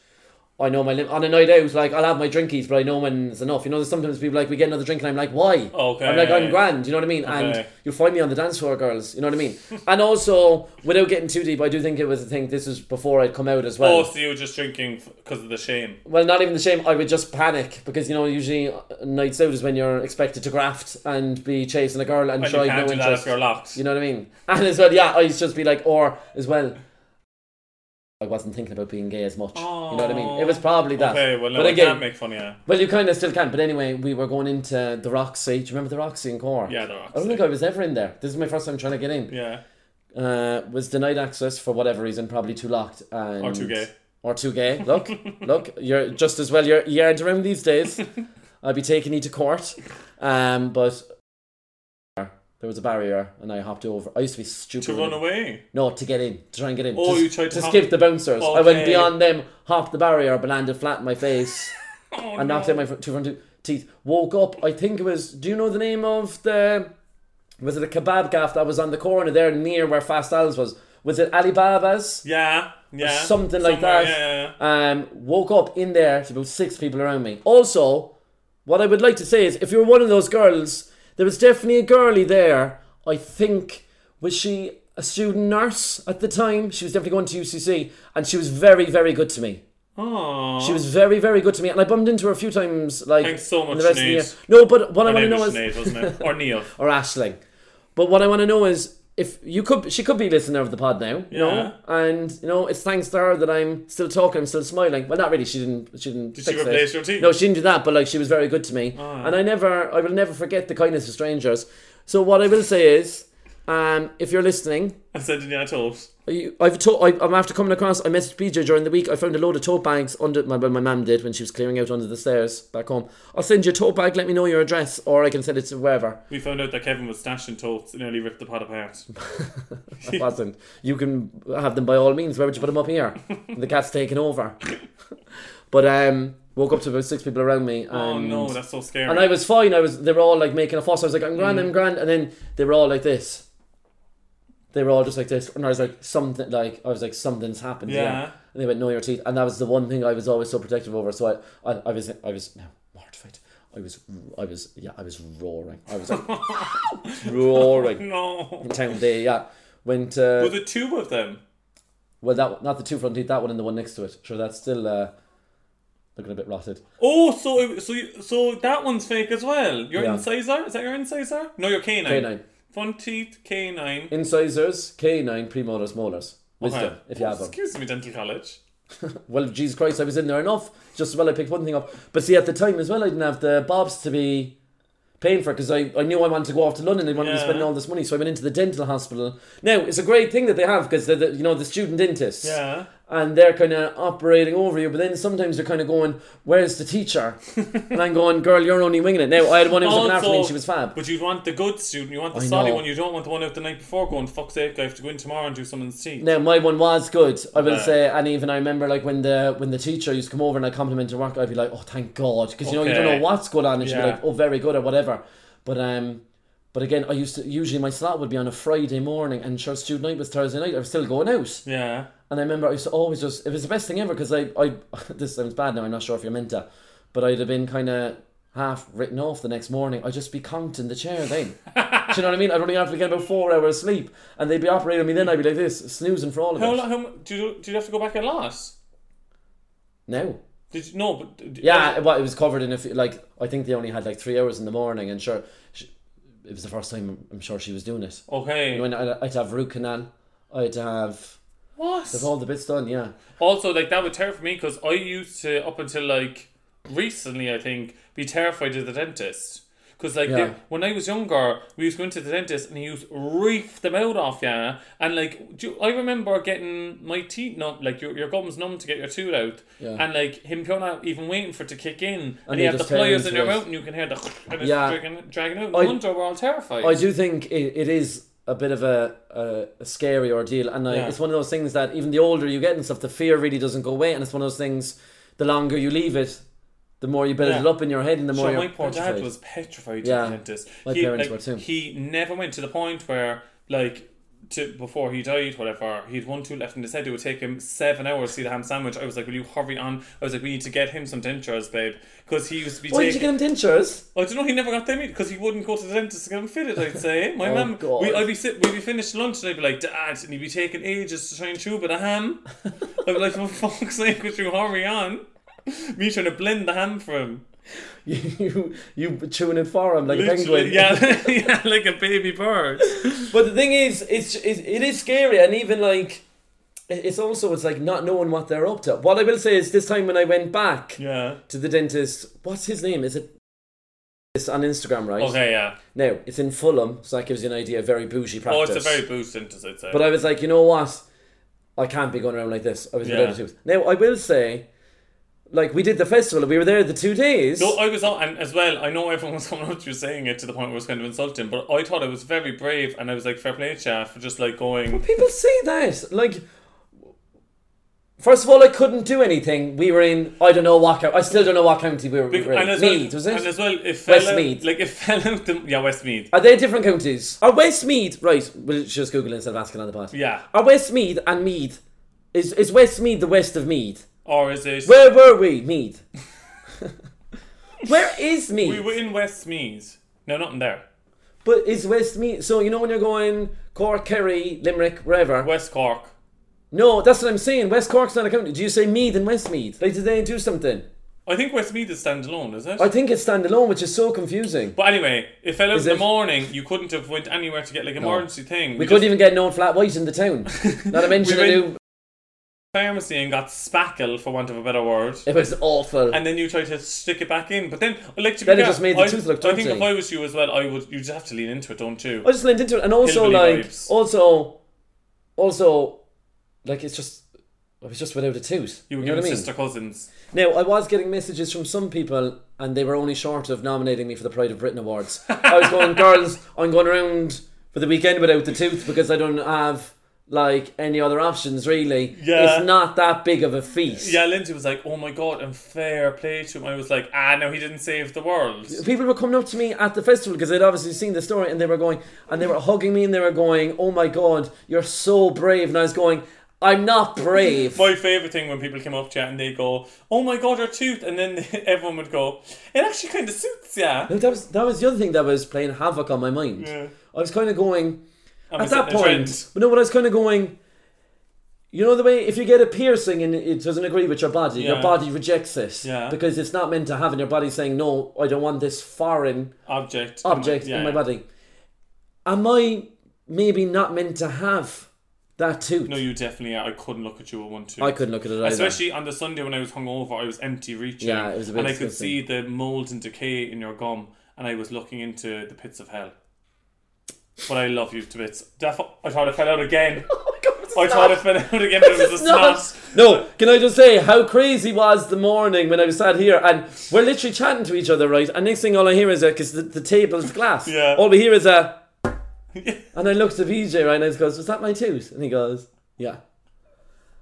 Speaker 4: I know my limit. On a night out, like I'll have my drinkies, but I know when it's enough. You know, there's sometimes people like we get another drink, and I'm like, why?
Speaker 1: Okay.
Speaker 4: I'm like I'm grand. You know what I mean?
Speaker 1: Okay.
Speaker 4: And you'll find me on the dance floor, girls. You know what I mean? and also, without getting too deep, I do think it was a thing. This was before I'd come out as well.
Speaker 1: Oh, so you were just drinking because of the shame.
Speaker 4: Well, not even the shame. I would just panic because you know usually uh, nights out is when you're expected to graft and be chasing a girl and
Speaker 1: And
Speaker 4: showing
Speaker 1: you
Speaker 4: no
Speaker 1: can't do
Speaker 4: interest.
Speaker 1: that if you're locked.
Speaker 4: You know what I mean? And as well, yeah, I used to just be like, or as well, I wasn't thinking about being gay as much. You know what I mean? It was probably that.
Speaker 1: okay, well, no,
Speaker 4: but
Speaker 1: I
Speaker 4: again,
Speaker 1: can't make fun of you.
Speaker 4: well, you kind of still can. But anyway, we were going into the Roxy. Do you remember the Roxy in Cork?
Speaker 1: Yeah, the
Speaker 4: I don't
Speaker 1: Roxy.
Speaker 4: think I was ever in there. This is my first time trying to get in.
Speaker 1: Yeah.
Speaker 4: Uh, was denied access for whatever reason, probably too locked and
Speaker 1: Or too gay.
Speaker 4: Or too gay. Look, look, you're just as well. You're you aren't around these days. I'll be taking you to court. Um, but there was a barrier, and I hopped over. I used to be stupid.
Speaker 1: To
Speaker 4: with
Speaker 1: run
Speaker 4: it.
Speaker 1: away.
Speaker 4: No, to get in, to try and get in.
Speaker 1: Oh,
Speaker 4: to,
Speaker 1: you tried to hop-
Speaker 4: skip the bouncers. I went
Speaker 1: Okay.
Speaker 4: beyond them, hopped the barrier, but landed flat in my face,
Speaker 1: Oh,
Speaker 4: and knocked out my fr- two front two- teeth. Woke up. I think it was. Do you know the name of the? Was it a kebab gaff that was on the corner there near where Fast Al's was? Was it Alibaba's?
Speaker 1: Yeah. Yeah.
Speaker 4: something like
Speaker 1: Somewhere,
Speaker 4: that.
Speaker 1: Yeah, yeah,
Speaker 4: Um, woke up in there to about six people around me. Also, what I would like to say is, if you were one of those girls, there was definitely a girlie there. I think was she a student nurse at the time? She was definitely going to UCC, and she was very, very good to me.
Speaker 1: yeah. Aww.
Speaker 4: She was very, very good to me, and I bumped into her a few times. Like
Speaker 1: Thanks so
Speaker 4: in
Speaker 1: much,
Speaker 4: the rest of the
Speaker 1: Sinead.
Speaker 4: year. No, but what I
Speaker 1: Her
Speaker 4: want to
Speaker 1: name
Speaker 4: know
Speaker 1: was
Speaker 4: is
Speaker 1: Sinead, wasn't it? Or Neil.
Speaker 4: or Ashling. But what I want to know is if you could, she could be a listener of the pod now, you
Speaker 1: Yeah.
Speaker 4: know. And you know, it's thanks to her that I'm still talking, I'm still smiling. Well, not really. She didn't. She didn't. Did
Speaker 1: she replace your teeth? Ah.
Speaker 4: No, she didn't do that. But like, she was very good to me, and I never, I will never forget the kindness of strangers. So what I will say is, um, if you're listening,
Speaker 1: I said, yeah, I told.
Speaker 4: you- I've to- I, I'm after coming across. I messaged PJ during the week. I found a load of tote bags under my well, my mum did when she was clearing out under the stairs back home. I'll send you a tote bag. Let me know your address, or I can send it to wherever.
Speaker 1: We found out that Kevin was stashing totes and nearly ripped the pot apart.
Speaker 4: wasn't. You can have them by all means. Why would you put them up here? the cat's taken over. but um, woke up to about six people around me. And,
Speaker 1: oh no, that's so scary.
Speaker 4: And I was fine. I was. They were all like making a fuss. I was like, I'm grand.
Speaker 1: Mm.
Speaker 4: I'm grand. And then they were all like this. They were all just like this, and I was like, something. Like I was like, something's happened. Yeah.
Speaker 1: Yeah.
Speaker 4: And they went, no, your teeth. And that was the one thing I was always so protective over. So I, I, I was, I was now mortified. I was, I was, yeah, I was roaring. I was like, roaring.
Speaker 1: no.
Speaker 4: Town day, yeah. Went. Uh,
Speaker 1: Were the two of them?
Speaker 4: well, that not the two front teeth, that one and the one next to it. Sure, that's still uh, looking a bit rotted.
Speaker 1: Oh, so it- so you, so that one's fake as well. Your
Speaker 4: Yeah.
Speaker 1: incisor is that your incisor? No, your canine.
Speaker 4: Canine.
Speaker 1: front teeth, canine.
Speaker 4: Incisors, canine, premolars, molars. Wisdom,
Speaker 1: Okay.
Speaker 4: if you have them.
Speaker 1: Excuse me, dental college.
Speaker 4: Well, Jesus Christ, I was in there enough. Just as well, I picked one thing up. But see, at the time as well, I didn't have the bobs to be paying for because I, I knew I wanted to go off to London. I wanted to be
Speaker 1: Yeah.
Speaker 4: spending all this money, so I went into the dental hospital. Now it's a great thing that they have because they're the, you know the student dentists.
Speaker 1: Yeah.
Speaker 4: and they're kind of operating over you. But then sometimes they're kind of going, "Where's the teacher?" and I'm going, "Girl, you're only winging it." Now I had one who was looking after me, and she was fab.
Speaker 1: But you want the good student, you want the
Speaker 4: I
Speaker 1: solid
Speaker 4: know.
Speaker 1: one, you don't want the one out the night before going, fuck sake, I have to go in tomorrow and do someone's teeth.
Speaker 4: Now my one was good, I will
Speaker 1: Yeah.
Speaker 4: say, and even I remember like when the when the teacher used to come over and I compliment her work, I'd be like, "Oh, thank God," because you know you don't
Speaker 1: Okay.
Speaker 4: know what's going on, and she'd be
Speaker 1: Yeah.
Speaker 4: like, "Oh, very good" or whatever. But um, but again, I used to usually my slot would be on a Friday morning, and sure, student night was Thursday night. I was still going out.
Speaker 1: Yeah.
Speaker 4: And I remember I used to always just it was the best thing ever because I, I this sounds bad now I'm not sure if you're meant to, but I'd have been kind of half written off the next morning. I'd just be conked in the chair then. Do you know what I mean? I'd only have to get about four hours sleep, and they'd be operating on me. Then I'd be like this, snoozing for all of
Speaker 1: How,
Speaker 4: it.
Speaker 1: lo- how, mu- do, you, do you have to go back a lot?
Speaker 4: No,
Speaker 1: Did you, no, but.
Speaker 4: yeah, well, it was covered in a few, like I think they only had like three hours in the morning, and sure, she, it was the first time I'm sure she was doing it.
Speaker 1: Okay.
Speaker 4: When I'd, I'd have root canal, I'd have
Speaker 1: What?
Speaker 4: all the bits done. Yeah,
Speaker 1: Also, like that would terrify me because I used to up until like recently, I think, be terrified of the dentist. Because like
Speaker 4: Yeah.
Speaker 1: they- when I was younger, we used to go into the dentist and he used to reef them out off yeah. And like do, I remember getting my teeth numb, like your, your gums numb to get your tooth out,
Speaker 4: Yeah.
Speaker 1: and like him going out even waiting for it to kick in, and,
Speaker 4: And
Speaker 1: you
Speaker 4: they
Speaker 1: have the
Speaker 4: just tear
Speaker 1: pliers
Speaker 4: into
Speaker 1: in your
Speaker 4: it.
Speaker 1: mouth and you can hear the and it's
Speaker 4: Yeah.
Speaker 1: dragging, dragging out. No
Speaker 4: I-
Speaker 1: wonder we're all terrified.
Speaker 4: I do think it, it is a bit of a, a, a scary ordeal, and I,
Speaker 1: Yeah.
Speaker 4: it's one of those things that even the older you get and stuff, the fear really doesn't go away, and it's one of those things. The longer you leave it, the more you build
Speaker 1: Yeah.
Speaker 4: it up in your head, and the more
Speaker 1: So
Speaker 4: you're
Speaker 1: my poor dad
Speaker 4: petrified.
Speaker 1: was petrified
Speaker 4: Yeah.
Speaker 1: of the dentist.
Speaker 4: My
Speaker 1: he,
Speaker 4: parents
Speaker 1: like,
Speaker 4: were too.
Speaker 1: He never went to the point where, like, to before he died, whatever, he'd one tooth left in his head. It would take him seven hours to see the ham sandwich. I was like, "Will you hurry on?" I was like, "We need to get him some dentures, babe," because he used to be
Speaker 4: Why did you
Speaker 1: taking.
Speaker 4: get him dentures?
Speaker 1: I don't know. He never got them because he wouldn't go to the dentist to get them fitted. I'd say my
Speaker 4: Oh,
Speaker 1: mum.
Speaker 4: God.
Speaker 1: We, I'd be sit, we'd be finished lunch and I'd be like, "Dad," and he'd be taking ages to try and chew, but a ham. I'd be like, "For fuck's sake, would you hurry on?" Me trying to blend the ham for him.
Speaker 4: you you chewing it for him like a penguin.
Speaker 1: Literally, yeah, yeah, like a baby bird.
Speaker 4: But the thing is, it's it, it is scary, and even like, it- it's also it's like not knowing what they're up to. What I will say is, this time when I went back
Speaker 1: Yeah.
Speaker 4: to the dentist, what's his name? Is it? It's on Instagram, right?
Speaker 1: Okay, yeah.
Speaker 4: Now, it's in Fulham, so that gives you an idea. Very bougie
Speaker 1: Oh,
Speaker 4: practice.
Speaker 1: it's a very boost sentence, I'd say.
Speaker 4: But I was like, you know what? I can't be going around like this. I was
Speaker 1: Yeah.
Speaker 4: without a tooth. Now, I will say, like, we did the festival. We were there the two days.
Speaker 1: no, I was on, and as well, I know everyone was coming up to you saying it to the point where it was kind of insulting, but I thought I was very brave and I was like, fair play, chef, for just like going.
Speaker 4: People say that. Like, first of all, I couldn't do anything. We were in, I don't know what county. I still don't know what county we were, we were in.
Speaker 1: And as,
Speaker 4: Meath,
Speaker 1: well,
Speaker 4: was
Speaker 1: and as
Speaker 4: it?
Speaker 1: well, it fell
Speaker 4: Westmeath.
Speaker 1: out. Like, it fell out the. Yeah, Westmeath.
Speaker 4: Are they different counties? Are Westmead, right, we'll just Google instead of asking on the pod.
Speaker 1: Yeah.
Speaker 4: Are Westmead and Mead, is, is Westmead the west of Mead?
Speaker 1: Or is it.
Speaker 4: Where were we, Mead? Where is Mead?
Speaker 1: we were in Westmeath. No, not in there.
Speaker 4: But is West Mead? So you know when you're going Cork, Kerry, Limerick, wherever.
Speaker 1: West Cork.
Speaker 4: no, that's what I'm saying. West Cork's not a county. Do you say Mead and Westmead? Like, did they do something?
Speaker 1: I think Westmeath is standalone, is it?
Speaker 4: I think it's standalone, which is so confusing.
Speaker 1: but anyway, it fell out in the
Speaker 4: it-
Speaker 1: morning. You couldn't have went anywhere to get like emergency thing.
Speaker 4: We couldn't even get known flat white in the town. Not to mention
Speaker 1: We
Speaker 4: a
Speaker 1: went-
Speaker 4: new.
Speaker 1: pharmacy and got spackle for want of a better word.
Speaker 4: It was awful.
Speaker 1: And then you try to stick it back in, but then like to
Speaker 4: Then
Speaker 1: be
Speaker 4: it
Speaker 1: fair,
Speaker 4: just made the
Speaker 1: I,
Speaker 4: tooth look
Speaker 1: I think
Speaker 4: dirty.
Speaker 1: if I was you as well, I would. You just have to lean into it, don't you?
Speaker 4: I just leaned into it, and also
Speaker 1: Hillbilly
Speaker 4: like,
Speaker 1: vibes.
Speaker 4: also, also, like it's just. I was just without a tooth.
Speaker 1: You were
Speaker 4: know
Speaker 1: giving
Speaker 4: what I mean?
Speaker 1: sister cousins.
Speaker 4: Now, I was getting messages from some people, and they were only short of nominating me for the Pride of Britain Awards. I was going, girls, I'm going around for the weekend without the tooth because I don't have like any other options really.
Speaker 1: Yeah.
Speaker 4: It's not that big of a feat.
Speaker 1: Yeah, Lindsay was like, "Oh my god, and fair play to him." I was like, "Ah, no, he didn't save the world."
Speaker 4: People were coming up to me at the festival because they'd obviously seen the story and they were going and they were hugging me and they were going, Oh my god, you're so brave and I was going, I'm not brave.
Speaker 1: My favorite thing when people came up to you and they go, "Oh my god, your tooth," and then everyone would go, "It actually kind of suits ya."
Speaker 4: That was that was the other thing that was playing havoc on my mind. I was kinda going, at
Speaker 1: And we set
Speaker 4: that
Speaker 1: the trend.
Speaker 4: point, but no, what I was kind of going, you know, the way if you get a piercing and it doesn't agree with your body,
Speaker 1: Yeah.
Speaker 4: your body rejects it
Speaker 1: Yeah.
Speaker 4: because it's not meant to have, and your body saying, "No, I don't want this foreign
Speaker 1: object,
Speaker 4: object Oh
Speaker 1: Yeah.
Speaker 4: in my body." am I maybe not meant to have that tooth?
Speaker 1: No, you definitely are. I couldn't look at you with one tooth.
Speaker 4: I couldn't look at it either.
Speaker 1: Especially on the Sunday when I was hungover, I was empty reaching.
Speaker 4: Yeah, it was a bit
Speaker 1: And I could
Speaker 4: disgusting.
Speaker 1: see the mold and decay in your gum, and I was looking into the pits of hell. But I love you to bits. Def- I thought it fell out again.
Speaker 4: Oh
Speaker 1: I thought it fell out again, but it was a
Speaker 4: Not-
Speaker 1: snot.
Speaker 4: No, can I just say how crazy was the morning when I was sat here and we're literally chatting to each other, right? And next thing all I hear is a because the, the table's glass.
Speaker 1: Yeah.
Speaker 4: All we hear is a. and I looked at VJ right and I just goes, "Was that my tooth?" And he goes, "Yeah."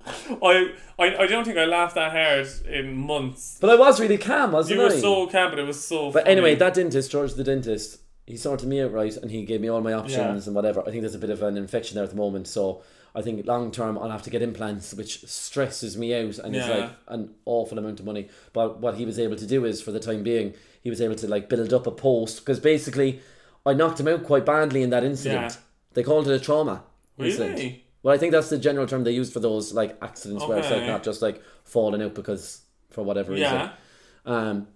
Speaker 1: I, I, I don't think I laughed that hard in months.
Speaker 4: But I was really calm, wasn't
Speaker 1: You
Speaker 4: I?
Speaker 1: were so calm, but it was so
Speaker 4: But anyway, that dentist, George the dentist, he sorted me out right and he gave me all my options
Speaker 1: Yeah.
Speaker 4: and whatever. I think there's a bit of an infection there at the moment, so I think long term I'll have to get implants, which stresses me out and is
Speaker 1: Yeah.
Speaker 4: like an awful amount of money. But what he was able to do is, for the time being, he was able to like build up a post because basically I knocked him out quite badly in that incident.
Speaker 1: Yeah.
Speaker 4: They called it a trauma. Incident.
Speaker 1: Really?
Speaker 4: Well, I think that's the general term they use for those like accidents where it's like
Speaker 1: Okay.
Speaker 4: not just like falling out because for whatever reason
Speaker 1: Yeah.
Speaker 4: um,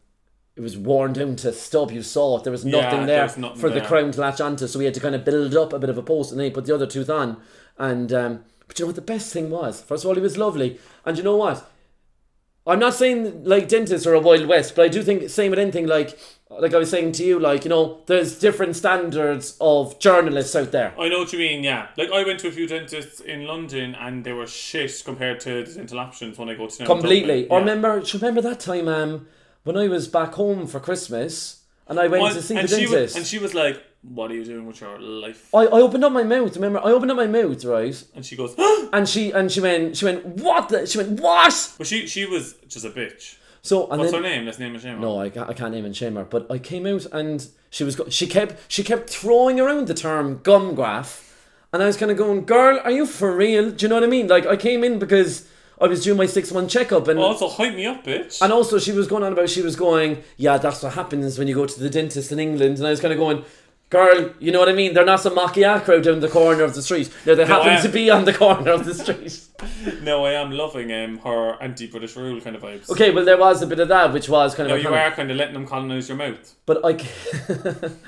Speaker 4: it was worn down to stub. You saw it. There was nothing
Speaker 1: there
Speaker 4: there
Speaker 1: was nothing
Speaker 4: for the
Speaker 1: there.
Speaker 4: crown to latch onto. So we had to kind of build up a bit of a post, and then he put the other tooth on. And um, but you know what the best thing was? First of all, he was lovely, and you know what? I'm not saying like dentists are a wild west, but I do think same with anything like like I was saying to you, like you know, there's different standards of journalists out there.
Speaker 1: I know what you mean, yeah. Like, I went to a few dentists in London and they were shit compared to the dental options when I go to now in
Speaker 4: Completely.
Speaker 1: Dublin.
Speaker 4: Or
Speaker 1: Yeah.
Speaker 4: remember, do you remember that time um, when I was back home for Christmas and I went
Speaker 1: Well,
Speaker 4: to see
Speaker 1: and
Speaker 4: the
Speaker 1: she
Speaker 4: dentist?
Speaker 1: wa- and she was like, What are you doing with your life?
Speaker 4: I, I opened up my mouth. Remember, I opened up my mouth, right?
Speaker 1: And she goes, But
Speaker 4: And she and she went, she went, what? The? She went, what?
Speaker 1: she she was just a bitch.
Speaker 4: So and
Speaker 1: What's
Speaker 4: then
Speaker 1: her name? Let's name and shame her.
Speaker 4: no, I can't, I can't name and shame her, but I came out and she was go- she kept she kept throwing around the term gum graft, and I was kind of going, girl, are you for real? Do you know what I mean? Like I came in because I was doing my six month checkup and.
Speaker 1: Also, hype me up, bitch.
Speaker 4: And also, she was going on about she was going, yeah, that's what happens when you go to the dentist in England. And I was kind of going, girl, you know what I mean? They're not some macchiato down the corner of the street. No, they happen
Speaker 1: I-
Speaker 4: to be on the corner of the street.
Speaker 1: no, I am loving um, her anti British rule kind of vibes.
Speaker 4: okay, well, there was a bit of that, which was kind
Speaker 1: No,
Speaker 4: of.
Speaker 1: you
Speaker 4: iconic.
Speaker 1: are kind of letting them colonise your mouth.
Speaker 4: But I,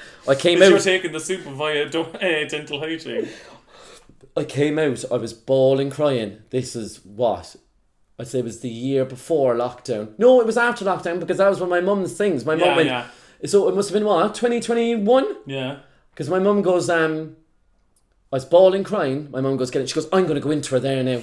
Speaker 4: I came
Speaker 1: Because you're
Speaker 4: out.
Speaker 1: taking the soup via do- uh, dental hygiene.
Speaker 4: I came out. I was bawling, crying. This is what. I'd say it was the year before lockdown. No, it was after lockdown because that was one of my mum's things. My
Speaker 1: Yeah,
Speaker 4: mum went.
Speaker 1: yeah.
Speaker 4: So it must have been what twenty twenty one.
Speaker 1: Yeah.
Speaker 4: Because my mum goes, um, I was bawling, crying. My mum goes, get it. She goes, I'm going to go into her there now.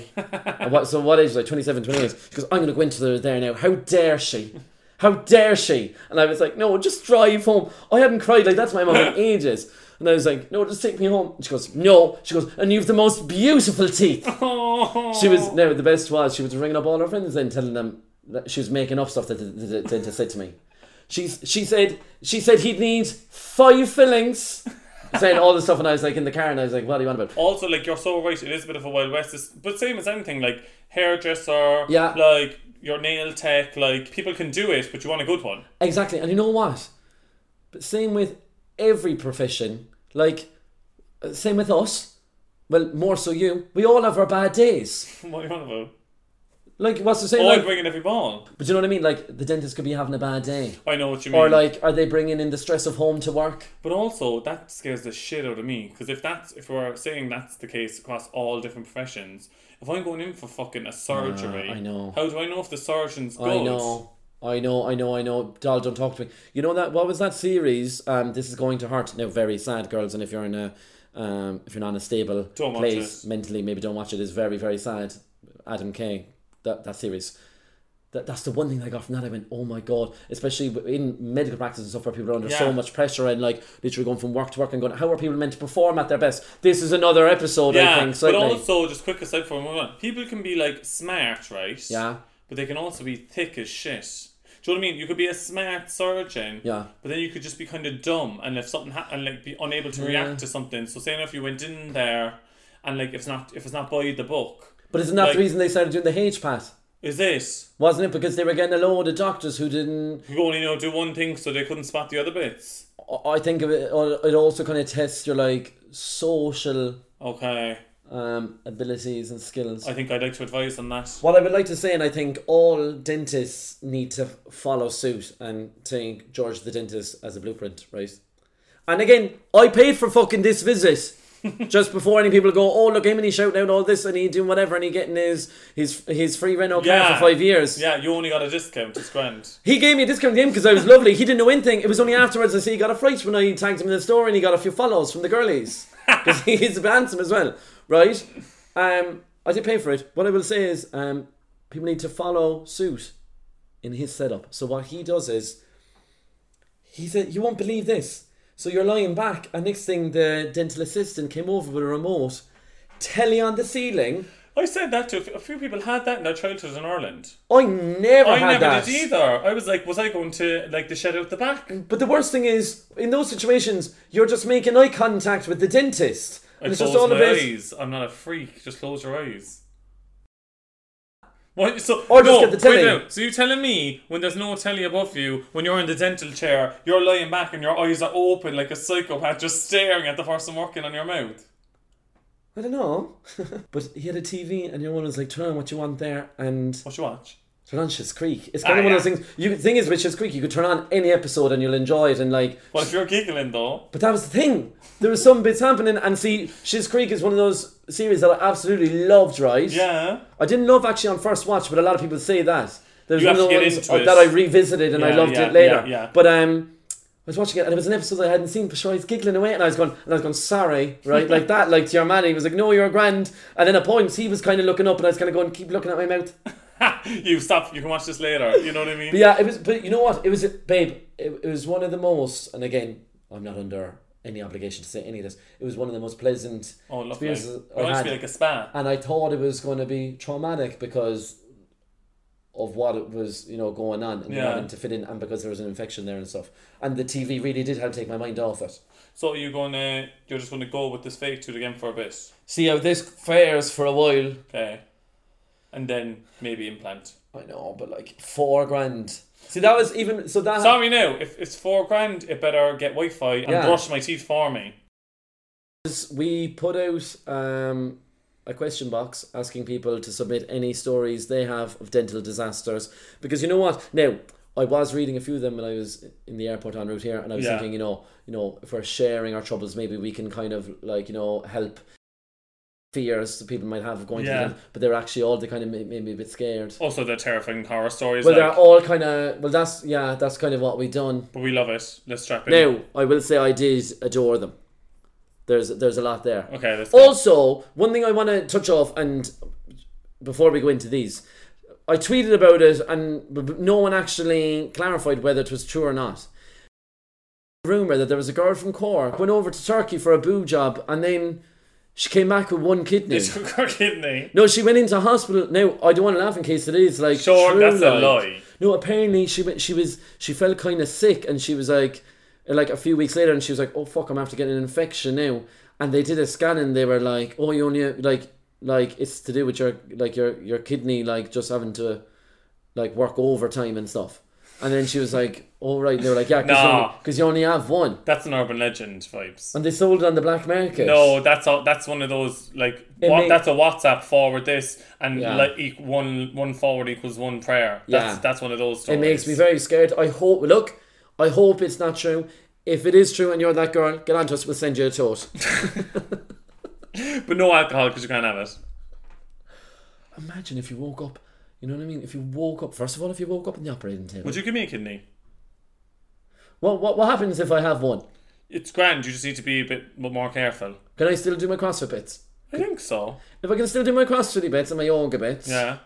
Speaker 4: And what, so what age? Like 27, 28. She goes, I'm going to go into her there now. How dare she? How dare she? And I was like, no, just drive home. I hadn't cried like that's my mum in ages. And I was like, no, just take me home. And she goes, no. She goes, and you've the most beautiful teeth. She
Speaker 1: Oh.
Speaker 4: was, no, the best was, she was ringing up all her friends and telling them that she was making up stuff that the, the, the dentist said to me. She, she said, she said he'd need five fillings saying all this stuff, and I was like in the car, and I was like, "What do you want about?"
Speaker 1: Also, like you're so right, it is a bit of a wild west. It's, but same as anything, like hairdresser,
Speaker 4: Yeah.
Speaker 1: like your nail tech, like people can do it, but you want a good one.
Speaker 4: Exactly, and you know what? But same with every profession, like uh, same with us. Well, more so you. We all have our bad days.
Speaker 1: What do you want about?
Speaker 4: Like what's the same?
Speaker 1: Or
Speaker 4: Like,
Speaker 1: bringing every ball.
Speaker 4: but you know what I mean? Like the dentist could be having a bad day,
Speaker 1: I know what you mean.
Speaker 4: or like are they bringing in the stress of home to work?
Speaker 1: but also that scares the shit out of me because if that's if we're saying that's the case across all different professions, if I'm going in for fucking a surgery,
Speaker 4: Ah, I know.
Speaker 1: How do I know if the surgeon's good?
Speaker 4: I know. I know, I know, I know. Doll, don't talk to me. You know that what was that series? Um, this is going to hurt. Now, very sad, girls, and if you're in a, um, if you're not in a stable
Speaker 1: Don't watch
Speaker 4: place
Speaker 1: it.
Speaker 4: mentally, maybe don't watch it. It's very, very sad. Adam Kay, that that series. That, that's the one thing I got from that. I went, oh my god! Especially in medical practice and stuff, where people are under so
Speaker 1: Yeah.
Speaker 4: much pressure and like literally going from work to work and going, how are people meant to perform at their best? This is another episode. I
Speaker 1: Yeah,
Speaker 4: think
Speaker 1: but
Speaker 4: certainly.
Speaker 1: also just quick aside for a moment, people can be like smart, right?
Speaker 4: Yeah.
Speaker 1: but they can also be thick as shit. Do you know what I mean? You could be a smart surgeon.
Speaker 4: Yeah.
Speaker 1: But then you could just be kind of dumb and if something ha- and like be unable to react to something. So saying if you went in there and like if it's not if it's not by the book,
Speaker 4: but isn't that
Speaker 1: like-
Speaker 4: the reason they started doing the H pass?
Speaker 1: is this
Speaker 4: Wasn't it because they were getting a load of doctors who didn't?
Speaker 1: you only know do one thing so they couldn't spot the other bits?
Speaker 4: I- I think of it. It also kind of tests your like social
Speaker 1: Okay.
Speaker 4: um, abilities and skills.
Speaker 1: I think I'd like to advise on that.
Speaker 4: what I would like to say, and I think all dentists need to follow suit and take George the dentist as a blueprint, right? And again, I paid for fucking this visit. Just before any people go, oh look, him and he shouting out all this and he doing whatever and he getting his his his free rental car
Speaker 1: Yeah.
Speaker 4: for five years.
Speaker 1: Yeah, you only got a discount. It's grand.
Speaker 4: He gave me a discount game because I was lovely. He didn't know anything. It was only afterwards I see he got a fright when I tagged him in the store and he got a few follows from the girlies because he's handsome as well, right? Um, I did pay for it. What I will say is, um, people need to follow suit in his setup. So what he does is, he said, "You won't believe this." So you're lying back, and next thing the dental assistant came over with a remote, telly on the ceiling.
Speaker 1: I said that to a few- a few people had that in their childhood in Ireland.
Speaker 4: I never
Speaker 1: I
Speaker 4: had
Speaker 1: never
Speaker 4: that.
Speaker 1: did either. I was like, was I going to like the shed out the back?
Speaker 4: But the worst thing is, in those situations, you're just making eye contact with the dentist.
Speaker 1: I
Speaker 4: And it's
Speaker 1: close
Speaker 4: just all
Speaker 1: my
Speaker 4: about.
Speaker 1: eyes. I'm not a freak. Just close your eyes. What? So,
Speaker 4: Or just
Speaker 1: no,
Speaker 4: get the
Speaker 1: wait
Speaker 4: telly.
Speaker 1: now. So you're telling me when there's no telly above you, when you're in the dental chair, you're lying back and your eyes are open like a psychopath, just staring at the person working on your mouth.
Speaker 4: I don't know. but he had a TV, and your one was like, turn on what you want there, and
Speaker 1: What you watch?
Speaker 4: turn on Shit's Creek. It's kind
Speaker 1: Ah,
Speaker 4: of one of
Speaker 1: yeah.
Speaker 4: those things. You, the thing is, with Shit's Creek, you could turn on any episode and you'll enjoy it, and like.
Speaker 1: Well, if you're giggling though,
Speaker 4: But that was the thing. There were some bits happening, and see, Shit's Creek is one of those series that I absolutely loved, right?
Speaker 1: yeah.
Speaker 4: I didn't love actually on first watch, but a lot of people say that. There's
Speaker 1: You
Speaker 4: one
Speaker 1: have
Speaker 4: of
Speaker 1: to
Speaker 4: the
Speaker 1: get
Speaker 4: ones
Speaker 1: into
Speaker 4: uh,
Speaker 1: it.
Speaker 4: that I revisited and I
Speaker 1: Yeah,
Speaker 4: loved
Speaker 1: yeah,
Speaker 4: it later.
Speaker 1: yeah, yeah.
Speaker 4: But um, I was watching it and it was an episode I hadn't seen, but sure, I was giggling away and I was going, and I was going, sorry, right, like that, like to your man. And he was like, no, you're grand. And then at points he was kind of looking up and I was kind of going, keep looking at my mouth.
Speaker 1: you stop. You can watch this later. You know what I mean?
Speaker 4: But yeah, it was. But you know what? It was, babe. It, it was one of the most. And again, I'm not under any obligation to say any of this. It was one of the most pleasant
Speaker 1: Oh, lovely. It
Speaker 4: experiences I
Speaker 1: wants to
Speaker 4: had.
Speaker 1: be like a spa.
Speaker 4: and I thought it was going to be traumatic because of what it was, you know, going on and
Speaker 1: Yeah.
Speaker 4: having to fit in, and because there was an infection there and stuff. And the TV really did help take my mind off it.
Speaker 1: So you're gonna, you're just gonna go with this fake tooth again for a bit,
Speaker 4: See how this fares for a while.
Speaker 1: okay? And then maybe implant.
Speaker 4: I know, but like four grand. See, that was even so that.
Speaker 1: Sorry now, if it's four grand, it better get Wi Fi and
Speaker 4: Yeah.
Speaker 1: brush my teeth for me.
Speaker 4: Because we put out um, a question box asking people to submit any stories they have of dental disasters. Because you know what? Now, I was reading a few of them when I was in the airport en route here, and I was
Speaker 1: Yeah.
Speaker 4: thinking, you know, you know, if we're sharing our troubles, maybe we can kind of like, you know, help fears that people might have of going to
Speaker 1: Yeah.
Speaker 4: the dental. But they're actually all they kind of made, made me a bit scared.
Speaker 1: Also, the terrifying horror stories.
Speaker 4: well,
Speaker 1: like,
Speaker 4: they're all kind of well. That's yeah. That's kind of what we done.
Speaker 1: but we love it. Let's strap in.
Speaker 4: Now, I will say I did adore them. There's there's a lot there.
Speaker 1: Okay, let's go.
Speaker 4: Also, one thing I want to touch off, and before we go into these, I tweeted about it, and b- b- no one actually clarified whether it was true or not. Rumor that there was a girl from Cork went over to Turkey for a boo job, and then she came back with one kidney.
Speaker 1: You took her kidney.
Speaker 4: No, she went into hospital. Now I don't want to laugh in case it is like
Speaker 1: Sure,
Speaker 4: true,
Speaker 1: that's a
Speaker 4: like.
Speaker 1: lie.
Speaker 4: No, apparently she went. She was. She felt kind of sick, and she was like, like a few weeks later, and she was like, "Oh fuck, I'm after getting an infection now." And they did a scan, and they were like, "Oh, you only like like it's to do with your like your your kidney like just having to like work overtime and stuff." And then she was like, "All right," they were like, "Yeah,
Speaker 1: Nah.
Speaker 4: because you only have one."
Speaker 1: That's an urban legend vibes.
Speaker 4: And they sold it on the black market.
Speaker 1: No, that's all. That's one of those like
Speaker 4: It
Speaker 1: what,
Speaker 4: may-
Speaker 1: that's a WhatsApp forward this and
Speaker 4: Yeah.
Speaker 1: like equ- one one forward equals one prayer. That's
Speaker 4: Yeah.
Speaker 1: that's one of those
Speaker 4: It
Speaker 1: stories.
Speaker 4: makes me very scared. I hope. Look, I hope it's not true. If it is true and you're that girl, get on to us. We'll send you a tote.
Speaker 1: But no alcohol because you can't have it.
Speaker 4: Imagine if you woke up. You know what I mean? If you woke up, first of all, if you woke up in the operating table,
Speaker 1: Would you give me a kidney?
Speaker 4: what what what happens if I have one?
Speaker 1: It's grand. You just need to be a bit more careful.
Speaker 4: Can I still do my CrossFit bits?
Speaker 1: I think so.
Speaker 4: If I can still do my CrossFit bits and my yoga bits,
Speaker 1: Yeah.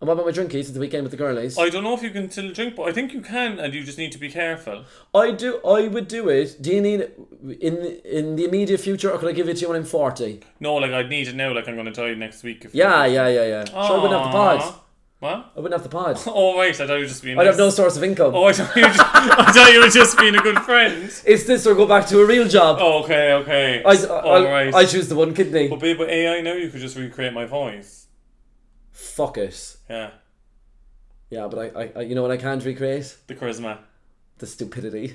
Speaker 4: and what about my drinkies at the weekend with the girlies?
Speaker 1: I don't know if you can still drink, but I think you can, and you just need to be careful.
Speaker 4: I do. I would do it. Do you need in in the immediate future, or could I give it to you when I'm forty?
Speaker 1: No, like I'd need it now. Like I'm going to die next week. If
Speaker 4: Yeah, yeah, yeah, yeah. Sure, I wouldn't have the pod.
Speaker 1: What?
Speaker 4: I wouldn't have the pod.
Speaker 1: Oh right, I thought you were just being.
Speaker 4: I'd have no
Speaker 1: nice.
Speaker 4: source of income.
Speaker 1: Oh, I thought, you were just, I thought you were just being a good friend.
Speaker 4: It's this or go back to a real job.
Speaker 1: Oh, okay, okay.
Speaker 4: I, I,
Speaker 1: All
Speaker 4: I-
Speaker 1: right.
Speaker 4: I choose the one kidney.
Speaker 1: but babe, with AI now you could just recreate my voice.
Speaker 4: Fuck it.
Speaker 1: Yeah,
Speaker 4: Yeah, but I, I, I you know what I can't recreate?
Speaker 1: the charisma.
Speaker 4: The stupidity.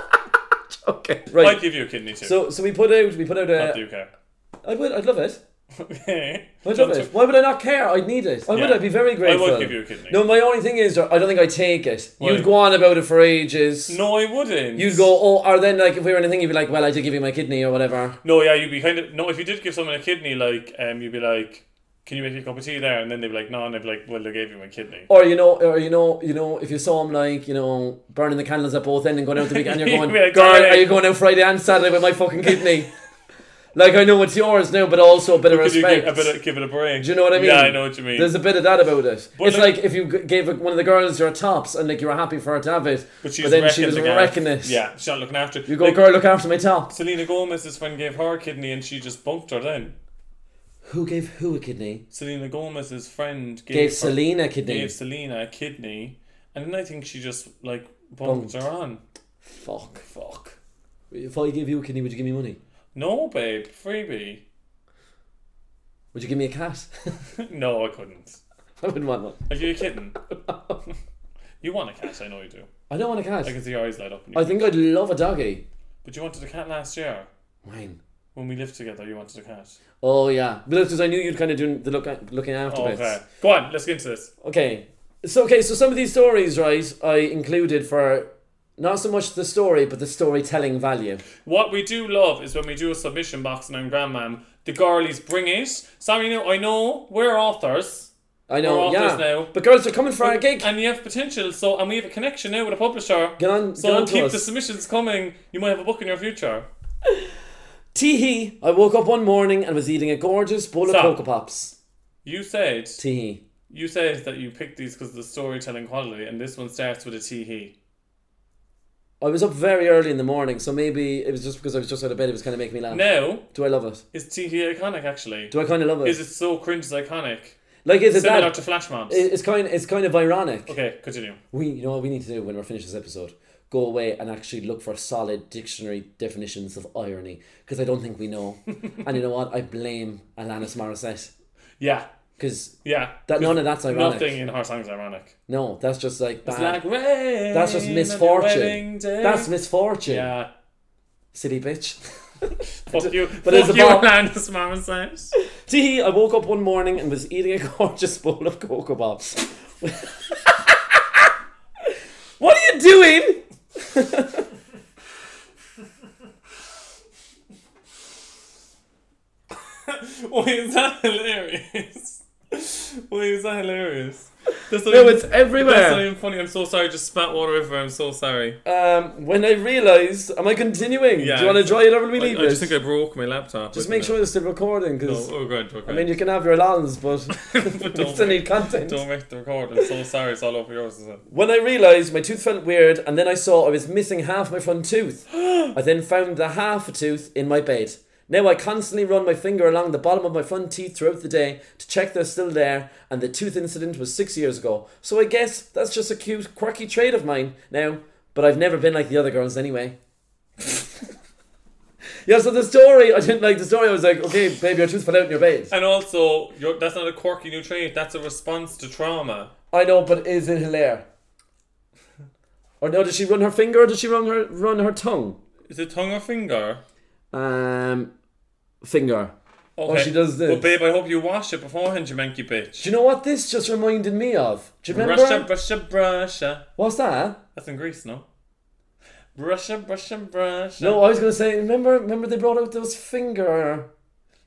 Speaker 4: okay. Right.
Speaker 1: I'd give you a kidney too.
Speaker 4: so so we put out we put out
Speaker 1: I
Speaker 4: a
Speaker 1: do care.
Speaker 4: I would I'd love it.
Speaker 1: Okay.
Speaker 4: I'd love it. Why would I not care? I'd need it. I would.
Speaker 1: Yeah.
Speaker 4: I'd be very
Speaker 1: I
Speaker 4: grateful.
Speaker 1: would give you a kidney.
Speaker 4: No, my only thing is, I don't think I take it.
Speaker 1: Why?
Speaker 4: You'd go on about it for ages.
Speaker 1: No, I wouldn't.
Speaker 4: You'd go, oh, or then like if we were in a thing, you'd be like, well, I did give you my kidney or whatever.
Speaker 1: No, yeah, you'd be kind of no. If you did give someone a kidney, like um, you'd be like, "Can you make me a cup of tea there?" And then they'd be like, "No," and I'd be like, "Well, they gave you my kidney."
Speaker 4: Or you know, or you know, you know, if you saw him like you know burning the candles at both ends and going out the weekend, and you're
Speaker 1: You'd be
Speaker 4: going,
Speaker 1: like,
Speaker 4: girl,
Speaker 1: "Sorry."
Speaker 4: are you going out Friday and Saturday with my fucking kidney? like I know it's yours now, but also a bit of
Speaker 1: Could you
Speaker 4: respect.
Speaker 1: give, a bit of, give it a break?
Speaker 4: Do you know what I mean?
Speaker 1: Yeah, I know what you mean.
Speaker 4: There's a bit of that about it.
Speaker 1: But
Speaker 4: it's
Speaker 1: like-
Speaker 4: like, if you g- gave one of the girls your tops and like you were happy for her to have it,
Speaker 1: but
Speaker 4: but,
Speaker 1: she's
Speaker 4: then
Speaker 1: wrecking
Speaker 4: she was
Speaker 1: the guy.
Speaker 4: wrecking it.
Speaker 1: Yeah, she's not looking after it.
Speaker 4: You go,
Speaker 1: Like,
Speaker 4: girl, look after my top.
Speaker 1: Selena Gomez's friend gave her a kidney, and she just bunked her. Then
Speaker 4: Who gave who a kidney?
Speaker 1: Selena Gomez's friend gave,
Speaker 4: Gave
Speaker 1: her-
Speaker 4: Selena a kidney.
Speaker 1: gave Selena a kidney, and then I think she just like bumped, her on.
Speaker 4: Fuck. Fuck. If I gave you a kidney, would you give me money?
Speaker 1: No, babe, freebie.
Speaker 4: Would you give me a cat?
Speaker 1: No, I couldn't.
Speaker 4: I wouldn't want one.
Speaker 1: Are you kidding? you want a cat? I know you do.
Speaker 4: I don't want a cat.
Speaker 1: I can see your eyes light up. When you
Speaker 4: I think I'd love a doggy.
Speaker 1: But you wanted a cat last year.
Speaker 4: Wayne.
Speaker 1: When we lived together, you wanted a cat.
Speaker 4: Oh yeah, because I knew you'd kind of do the look looking after
Speaker 1: Oh,
Speaker 4: bits.
Speaker 1: okay. Go on, let's get into this.
Speaker 4: Okay. So okay, so some of these stories, right? I included for not so much the story, but the storytelling value.
Speaker 1: What we do love is when we do a submission box and I'm grandmam, the girlies bring it. Sorry, no, I know we're authors.
Speaker 4: I know,
Speaker 1: We're
Speaker 4: yeah.
Speaker 1: authors now.
Speaker 4: But girls are coming for our gig.
Speaker 1: And you have potential, so and we have a connection now with a publisher.
Speaker 4: Get on-
Speaker 1: so
Speaker 4: get on to
Speaker 1: keep
Speaker 4: us.
Speaker 1: the submissions coming. You might have a book in your future.
Speaker 4: Tee hee. I woke up one morning and was eating a gorgeous bowl
Speaker 1: Stop.
Speaker 4: of Cocoa Pops.
Speaker 1: You said
Speaker 4: Tee hee.
Speaker 1: you said that you picked these because of the storytelling quality, and this one starts with a tee hee.
Speaker 4: I was up very early in the morning, so maybe it was just because I was just out of bed. It was kind of making me laugh.
Speaker 1: Now
Speaker 4: Do I love it?
Speaker 1: is tee hee iconic actually?
Speaker 4: Do I kind of love it?
Speaker 1: Is it so cringe is iconic?
Speaker 4: like is it
Speaker 1: Similar
Speaker 4: that?
Speaker 1: to flash mobs.
Speaker 4: it- it's kind. It's kind of ironic.
Speaker 1: okay, continue.
Speaker 4: We, you know what we need to do when we're finished this episode? Go away and actually look for solid dictionary definitions of irony because I don't think we know. and you know what? I blame Alanis Morissette
Speaker 1: Yeah,
Speaker 4: because
Speaker 1: yeah.
Speaker 4: that none of that's ironic.
Speaker 1: Nothing in her song's ironic.
Speaker 4: No, that's just like bad.
Speaker 1: Like rain
Speaker 4: that's just
Speaker 1: on your
Speaker 4: misfortune.
Speaker 1: wedding day.
Speaker 4: That's misfortune.
Speaker 1: yeah.
Speaker 4: Silly bitch.
Speaker 1: Fuck you.
Speaker 4: But
Speaker 1: Fuck
Speaker 4: it's
Speaker 1: you,
Speaker 4: about-
Speaker 1: Alanis Morissette.
Speaker 4: Tee, I woke up one morning and was eating a gorgeous bowl of Cocoa Pops. what are you doing?
Speaker 1: Wait, is that hilarious? Wait, is that hilarious? That's not
Speaker 4: No,
Speaker 1: even-
Speaker 4: it's everywhere.
Speaker 1: That's not even funny. I'm so sorry. Just spat water over. I'm so sorry.
Speaker 4: Um, when I realised, am I continuing?
Speaker 1: Yeah.
Speaker 4: Do you want to try it or will we
Speaker 1: I,
Speaker 4: leave
Speaker 1: I
Speaker 4: it?
Speaker 1: just think I broke my laptop.
Speaker 4: Just
Speaker 1: with
Speaker 4: make
Speaker 1: it.
Speaker 4: sure it's still recording, because
Speaker 1: No, we're good. We're
Speaker 4: I
Speaker 1: good.
Speaker 4: mean you can have your alarms, but,
Speaker 1: But
Speaker 4: we
Speaker 1: don't,
Speaker 4: still need
Speaker 1: make,
Speaker 4: content.
Speaker 1: don't make the record. I'm so sorry. It's all over yours. Is it?
Speaker 4: When I realised my tooth felt weird, and then I saw I was missing half my front tooth. I then found the half a tooth in my bed. Now I constantly run my finger along the bottom of my front teeth throughout the day to check they're still there, and the tooth incident was six years ago. So I guess that's just a cute, quirky trait of mine now. But I've never been like the other girls anyway. yeah, so the story, I didn't like the story. I was like, okay, baby, your tooth fell out in your bed.
Speaker 1: And also, you're, that's not a quirky new trait. That's a response to trauma.
Speaker 4: I know, but is it Hilaire? Or no, did she run her finger or did she run her run her tongue?
Speaker 1: Is it tongue or finger?
Speaker 4: Um finger.
Speaker 1: Okay.
Speaker 4: Oh, she does this.
Speaker 1: Well, babe, I hope you wash it beforehand, you manky bitch.
Speaker 4: Do you know what this just reminded me of? Do you remember?
Speaker 1: Brusha, brusha, brusha.
Speaker 4: What's that?
Speaker 1: That's in Greece, no? Brusha, brusha, brusha.
Speaker 4: No, I was gonna say remember remember they brought out those finger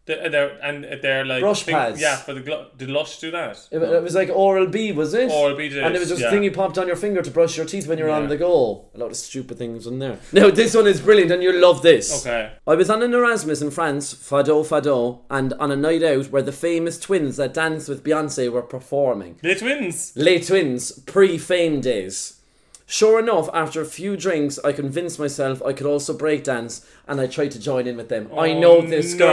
Speaker 1: They- and uh, they're, and they're like.
Speaker 4: Brush
Speaker 1: thing-
Speaker 4: pads.
Speaker 1: Yeah, for the. Glo- did Lush do that?
Speaker 4: it, it was like Oral B, was it?
Speaker 1: Oral-B did it,
Speaker 4: And it was just
Speaker 1: yeah.
Speaker 4: a thing you popped on your finger to brush your teeth when you're
Speaker 1: Yeah.
Speaker 4: on the go. A lot of stupid things in there. No, this one is brilliant and you'll love this.
Speaker 1: Okay.
Speaker 4: I was on an Erasmus in France, Fado Fado, and on a night out where the famous twins that danced with Beyonce were performing.
Speaker 1: They're twins.
Speaker 4: Les Twins, pre fame days. Sure enough, after a few drinks, I convinced myself I could also breakdance and I tried to join in with them. I know this
Speaker 1: Oh, no.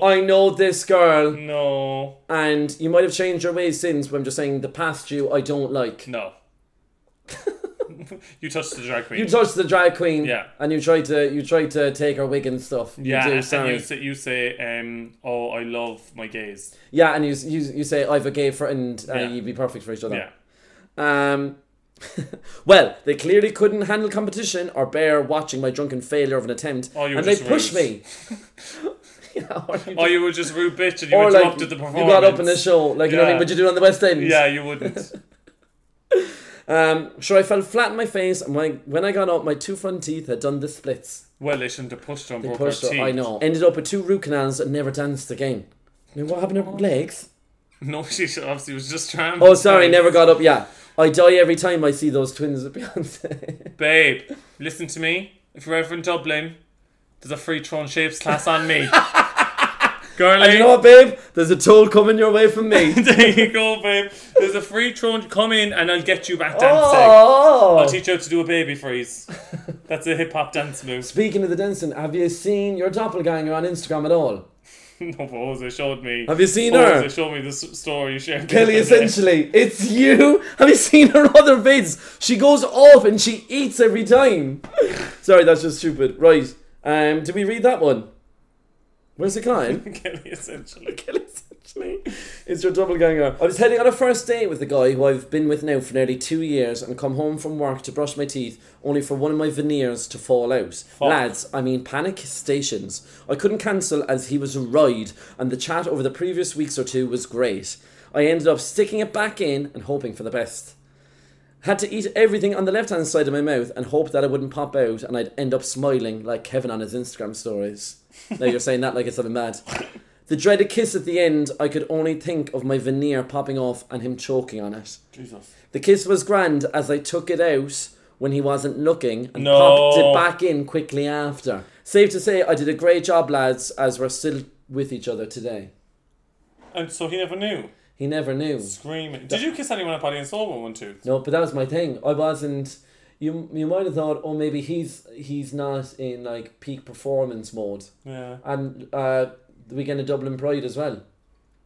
Speaker 4: girl. I know this girl.
Speaker 1: No.
Speaker 4: And you might have changed your ways since, but I'm just saying the past you I don't like.
Speaker 1: No. you touched the drag queen.
Speaker 4: You touched the drag queen
Speaker 1: Yeah.
Speaker 4: and you tried to you tried to take her wig and stuff. You
Speaker 1: yeah,
Speaker 4: do,
Speaker 1: and
Speaker 4: sorry.
Speaker 1: you say, you say um, oh, I love my gays.
Speaker 4: Yeah, and you you, you say I've a gay friend, and
Speaker 1: Yeah.
Speaker 4: you'd be perfect for each other.
Speaker 1: Yeah.
Speaker 4: Um, well, they clearly couldn't handle competition or bear watching my drunken failure of an attempt,
Speaker 1: Oh, you were
Speaker 4: and they
Speaker 1: just
Speaker 4: pushed
Speaker 1: rude.
Speaker 4: me. or you,
Speaker 1: Or Oh, you were just rude bitch and you
Speaker 4: or, like,
Speaker 1: interrupted
Speaker 4: you
Speaker 1: the performance.
Speaker 4: got up in the show, like you know what I
Speaker 1: Yeah.
Speaker 4: mean, but you do it on the West End.
Speaker 1: Yeah, you wouldn't.
Speaker 4: Um, sure, I fell flat on my face, and when I, when I got up, my two front teeth had done the splits.
Speaker 1: well, they shouldn't have pushed her and broke her
Speaker 4: Pushed up,
Speaker 1: teeth.
Speaker 4: I know. Ended up with two root canals and never danced again. I mean, what happened to her legs?
Speaker 1: No, she should, obviously was just trying.
Speaker 4: Oh, sorry, never got up. Yeah, I die every time I see those twins at Beyonce.
Speaker 1: Babe, listen to me. If you're ever in Dublin, there's a free throwing shapes class on me. Girlie,
Speaker 4: you know what, babe? There's a toll coming your way from me.
Speaker 1: there you go, babe. There's a free throwing. Come in and I'll get you back dancing. I'll
Speaker 4: oh!
Speaker 1: teach you how to do a baby freeze. That's a hip hop dance move.
Speaker 4: Speaking of the dancing, have you seen your doppelganger on Instagram at all?
Speaker 1: no, but Jose showed me.
Speaker 4: Have you seen
Speaker 1: Jose
Speaker 4: her?
Speaker 1: showed me the s- story you shared. the
Speaker 4: Kelly,
Speaker 1: other day.
Speaker 4: essentially, it's you. Have you seen her other vids? She goes off and she eats every time. Sorry, that's just stupid. Right. Um, did we read that one? Where's the client?
Speaker 1: Kelly, essentially.
Speaker 4: Killing essentially. It's your double ganger. I was heading on a first date with a guy who I've been with now for nearly two years and come home from work to brush my teeth only for one of my veneers to fall out. Lads, I mean panic stations. I couldn't cancel as he was a ride and the chat over the previous weeks or two was great. I ended up sticking it back in and hoping for the best. Had to eat everything on the left hand side of my mouth and hope that it wouldn't pop out and I'd end up smiling like Kevin on his Instagram stories. Now you're saying that like it's something bad. The dreaded kiss at the end, I could only think of my veneer popping off and him choking on it.
Speaker 1: Jesus.
Speaker 4: The kiss was grand as I took it out when he wasn't looking and
Speaker 1: No.
Speaker 4: popped it back in quickly after. Safe to say, I did a great job, lads, as we're still with each other today.
Speaker 1: And so he never knew.
Speaker 4: He never knew.
Speaker 1: Screaming. Did you kiss anyone at Body and Soul one, one, two?
Speaker 4: No, but that was my thing. I wasn't. You you might have thought, oh, maybe he's he's not in like peak performance mode.
Speaker 1: Yeah.
Speaker 4: And uh, the weekend of Dublin Pride as well.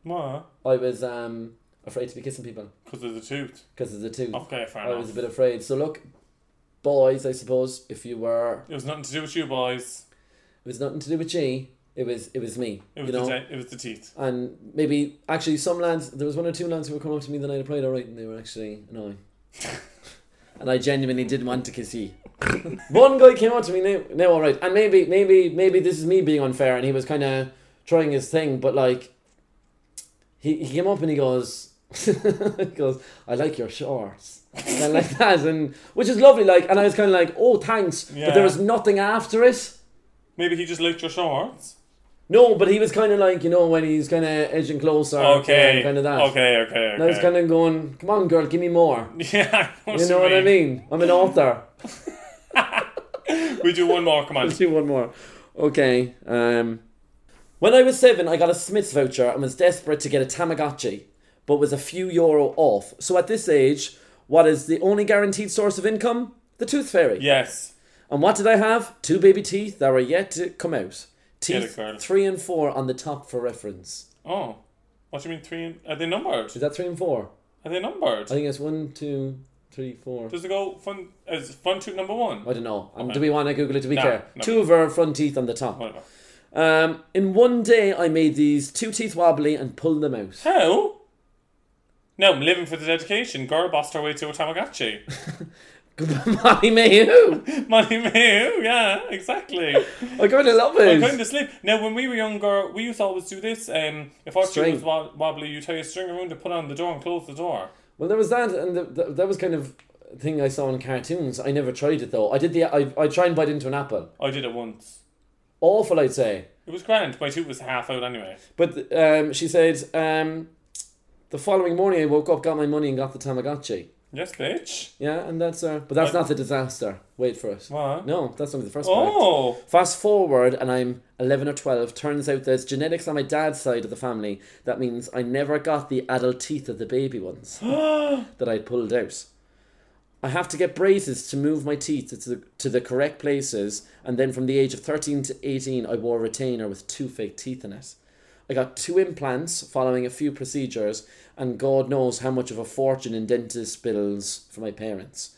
Speaker 1: Why?
Speaker 4: I was um afraid to be kissing people
Speaker 1: Because of the tooth.
Speaker 4: because of the two.
Speaker 1: Okay, fair
Speaker 4: I
Speaker 1: enough.
Speaker 4: was a bit afraid. So look, boys, I suppose if you were,
Speaker 1: It was nothing to do with you boys.
Speaker 4: it was nothing to do with G. It was it was me.
Speaker 1: It was
Speaker 4: you know.
Speaker 1: the te- it was the teeth.
Speaker 4: and maybe actually some lads there was one or two lads who were coming up to me the night of Pride alright and they were actually annoying and I genuinely did want to kiss ye one guy came up to me now, now alright and maybe maybe maybe this is me being unfair and he was kind of trying his thing but like he, he came up and he goes he goes I like your shorts and like that and which is lovely like and I was kind of like oh thanks but
Speaker 1: Yeah.
Speaker 4: there was nothing after it
Speaker 1: Maybe he just liked your shorts.
Speaker 4: no, but he was kind of like, you know, when he's kind of edging closer.
Speaker 1: Okay.
Speaker 4: Kind of that.
Speaker 1: Okay, okay, okay.
Speaker 4: And I was kind of going, come on, girl, give me more.
Speaker 1: yeah, I
Speaker 4: You know what I mean? I'm an author.
Speaker 1: We do one more, come on.
Speaker 4: Let's do one more. Okay. Um, when I was seven, I got a Smith's voucher and was desperate to get a Tamagotchi, but was a few euro off. So at this age, what is the only guaranteed source of income? The Tooth Fairy.
Speaker 1: Yes.
Speaker 4: And what did I have? Two baby teeth that were yet to come out.
Speaker 1: Get it,
Speaker 4: Teeth
Speaker 1: girl.
Speaker 4: three and four on the top for reference.
Speaker 1: Oh. What do you mean three and are they numbered?
Speaker 4: Is that three and four?
Speaker 1: Are they numbered?
Speaker 4: I think it's one, two, three, four.
Speaker 1: Does it go fun as fun tooth number one?
Speaker 4: I don't know. Um, do we want to Google it? Do we
Speaker 1: No,
Speaker 4: care?
Speaker 1: no.
Speaker 4: Two of our front teeth on the top.
Speaker 1: Whatever.
Speaker 4: Um, in one day, I made these two teeth wobbly and pulled them out.
Speaker 1: How? No, I'm living for the dedication. Girl bossed her way to a Tamagotchi.
Speaker 4: Molly Mayhew.
Speaker 1: Money Mayhew, yeah, exactly.
Speaker 4: I kind of love
Speaker 1: I'm going
Speaker 4: it.
Speaker 1: to sleep. Now, when we were younger, we used to always do this. Um, if our
Speaker 4: String.
Speaker 1: string was wo- wobbly, you tie a string around to put on the door and close the door.
Speaker 4: Well, there was that, and the, the, that was kind of a thing I saw in cartoons. I never tried it though. I did the. I I try and bite into an apple.
Speaker 1: I did it once.
Speaker 4: Awful, I'd say.
Speaker 1: It was grand. My tooth was half out anyway.
Speaker 4: But um, she said, um, the following morning I woke up, got my money, and got the Tamagotchi.
Speaker 1: Yes, bitch.
Speaker 4: Yeah, and that's uh, but that's not the disaster. Wait for it.
Speaker 1: What?
Speaker 4: No, that's only the first part.
Speaker 1: Oh,
Speaker 4: Fast forward, and I'm 11 or 12. Turns out there's genetics on my dad's side of the family. That means I never got the adult teeth of the baby ones that I pulled out. I have to get braces to move my teeth to the, to the correct places, and then from the age of 13 to 18, I wore a retainer with two fake teeth in it. I got two implants following a few procedures, and God knows how much of a fortune in dentist bills for my parents.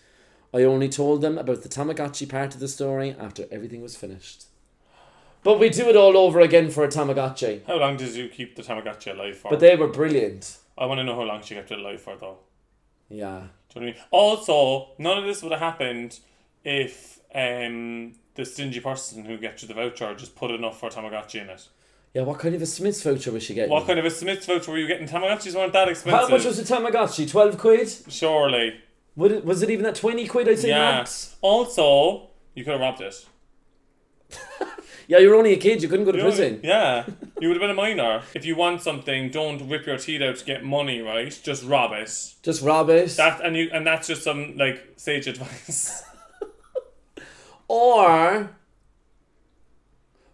Speaker 4: I only told them about the Tamagotchi part of the story after everything was finished. But we do it all over again for a Tamagotchi.
Speaker 1: how long did you keep the Tamagotchi alive for?
Speaker 4: But they were brilliant.
Speaker 1: I want to know how long she kept it alive for, though.
Speaker 4: Yeah.
Speaker 1: Do you know what I mean? Also, none of this would have happened if um, the stingy person who gets you the voucher just put enough for a Tamagotchi in it.
Speaker 4: Yeah, what kind of a Smith's voucher was she getting?
Speaker 1: What kind of a Smith's voucher were you getting? Tamagotchis weren't that expensive.
Speaker 4: How much was the Tamagotchi? 12 quid?
Speaker 1: Surely.
Speaker 4: Would it, was it even at 20 quid, I'd say
Speaker 1: Yeah.
Speaker 4: max?
Speaker 1: Also, you could have robbed it.
Speaker 4: Yeah, you were only a kid, you couldn't go to prison.
Speaker 1: Yeah. You would have been a minor. If you want something, don't rip your teeth out to get money, right? Just rob it.
Speaker 4: Just rob it.
Speaker 1: That and you and that's just some like sage advice.
Speaker 4: or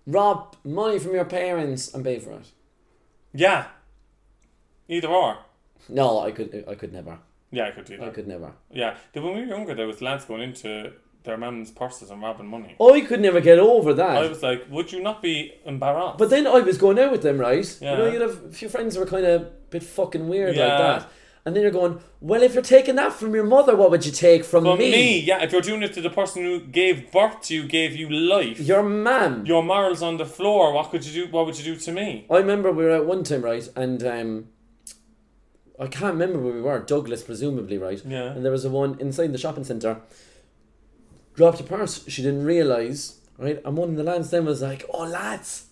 Speaker 4: rob money from your parents and pay for it.
Speaker 1: yeah. Either or.
Speaker 4: No, I could I could never.
Speaker 1: Yeah, I could do that.
Speaker 4: I could never.
Speaker 1: Yeah. Then When we were younger, there was lads going into their mum's purses and robbing money.
Speaker 4: I could never get over
Speaker 1: I
Speaker 4: that.
Speaker 1: was like, would you not be embarrassed?
Speaker 4: But then I was going out with them, right? You know,
Speaker 1: Yeah.
Speaker 4: you'd have a few friends who were kind of a bit fucking weird
Speaker 1: Yeah.
Speaker 4: like that. And then you're going, well, if you're taking that from your mother, what would you take from
Speaker 1: But
Speaker 4: me?
Speaker 1: me. yeah, if you're doing it to the person who gave birth to you, gave you life,
Speaker 4: Your mam.
Speaker 1: your morals on the floor, what could you do? What would you do to me?
Speaker 4: I remember we were out one time, right? And um, I can't remember where we were. Douglas, presumably, right?
Speaker 1: Yeah.
Speaker 4: And there was a one inside the shopping centre. Dropped a purse. She didn't realise, right? And one of the lads then was like, "Oh, lads,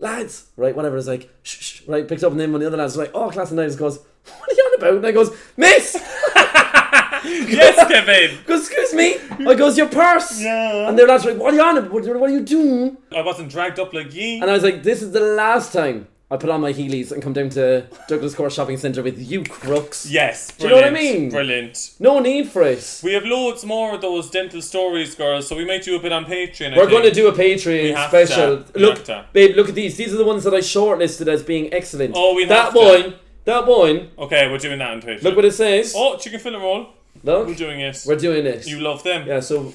Speaker 4: lads, right? Whatever." It's like, shh, shh, right? Picked up, and then one of the other lads was like, "Oh, class," and I just goes, "What are you on about?" And I goes, "Miss."
Speaker 1: yes, Kevin.
Speaker 4: goes, excuse me. I goes, your purse.
Speaker 1: Yeah.
Speaker 4: And they're like, what are you on about? What what are you doing?
Speaker 1: I wasn't dragged up like ye.
Speaker 4: And I was like, this is the last time I put on my Heelys and come down to Douglas Court Shopping Centre with you crooks.
Speaker 1: yes,
Speaker 4: you know what I
Speaker 1: brilliant,
Speaker 4: mean?
Speaker 1: Brilliant.
Speaker 4: No need for it.
Speaker 1: We have loads more of those dental stories, girls. So we might do a bit on Patreon. I
Speaker 4: We're going to
Speaker 1: think.
Speaker 4: do a Patreon
Speaker 1: have
Speaker 4: special.
Speaker 1: to. We
Speaker 4: Look,
Speaker 1: have to.
Speaker 4: babe, look at these. These are the ones that I shortlisted as being excellent.
Speaker 1: Oh, we
Speaker 4: that
Speaker 1: have to.
Speaker 4: one. That one.
Speaker 1: Okay, we're doing that on Patreon.
Speaker 4: Look what it says.
Speaker 1: oh, chicken fillet roll.
Speaker 4: look,
Speaker 1: We're doing it.
Speaker 4: we're doing it.
Speaker 1: you love them.
Speaker 4: yeah. So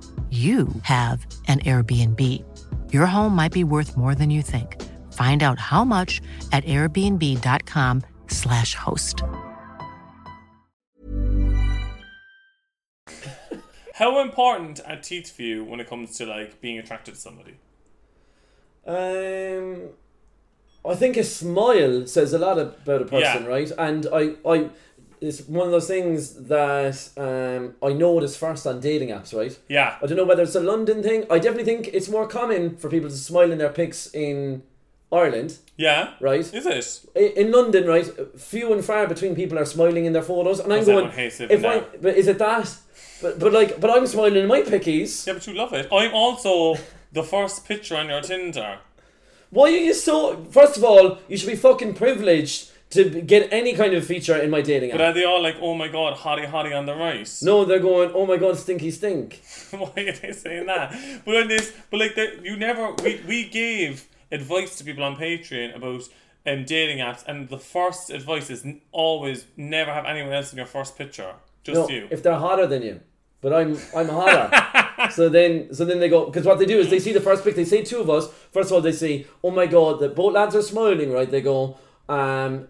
Speaker 7: you have an Airbnb. Your home might be worth more than you think. Find out how much at airbnb.com/slash host.
Speaker 1: How important are teeth for you when it comes to like being attracted to somebody?
Speaker 4: Um, I think a smile says a lot about a person,
Speaker 1: Yeah.
Speaker 4: right? And I, I, it's one of those things that um, I noticed first on dating apps, right?
Speaker 1: Yeah.
Speaker 4: I don't know whether it's a London thing. I definitely think it's more common for people to smile in their pics in Ireland,
Speaker 1: Yeah.
Speaker 4: right?
Speaker 1: Is it?
Speaker 4: I- In London, right, few and far between people are smiling in their photos, and I'm
Speaker 1: Because everyone
Speaker 4: going,
Speaker 1: hates living
Speaker 4: if I,
Speaker 1: there.
Speaker 4: but is it that? But, but like, but I'm smiling in my pickies.
Speaker 1: Yeah, but you love it. I'm also the first picture on your Tinder.
Speaker 4: Why are you so? First of all, you should be fucking privileged to b- get any kind of feature in my dating app.
Speaker 1: But are they all like, oh my god, hottie hottie on the rice?
Speaker 4: no, they're going. Oh my god, stinky stink.
Speaker 1: Why are they saying that? But on this, but like, the, you never. We we gave advice to people on Patreon about um, dating apps, and the first advice is n- always never have anyone else in your first picture, just
Speaker 4: No,
Speaker 1: you.
Speaker 4: if they're hotter than you, but I'm I'm hotter. so then so then they go because what they do is they see the first pic. They see two of us. First of all, they say, oh my god, the both lads are smiling, right? They go, um,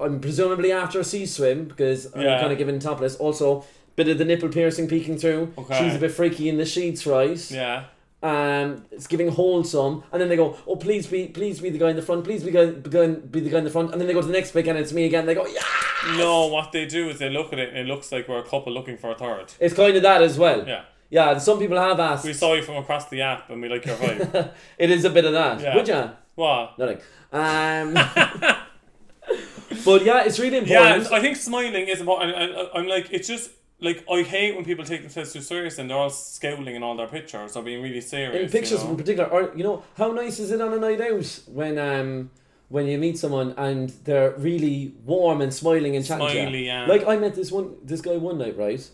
Speaker 4: I'm presumably after a sea swim because I'm
Speaker 1: Yeah.
Speaker 4: kind of giving topless. Also, bit of the nipple piercing peeking through.
Speaker 1: Okay.
Speaker 4: She's a bit freaky in the sheets, right?
Speaker 1: yeah.
Speaker 4: um, it's giving wholesome, and then they go, oh please be, please be the guy in the front, please be, guy, be, guy, be the guy in the front, and then they go to the next pick and it's me again. They go, yeah,
Speaker 1: No, what they do is they look at it and it looks like we're a couple looking for a third.
Speaker 4: it's kind of that as well.
Speaker 1: Yeah.
Speaker 4: yeah. And some people have asked,
Speaker 1: We saw you from across the app and we like your vibe.
Speaker 4: it is a bit of that.
Speaker 1: Yeah.
Speaker 4: Would ya?
Speaker 1: what?
Speaker 4: Nothing. Um, but yeah, it's really
Speaker 1: Yeah,
Speaker 4: important.
Speaker 1: so I think smiling is important. I, I, I'm like, it's just like I hate when people take themselves too serious and they're all scowling in all their pictures or being really serious.
Speaker 4: in pictures
Speaker 1: you know?
Speaker 4: in particular, or you know, how nice is it on a night out when um when you meet someone and they're really warm and smiling and chatting? to you?
Speaker 1: Smiley, yeah.
Speaker 4: Like I met this one this guy one night, right?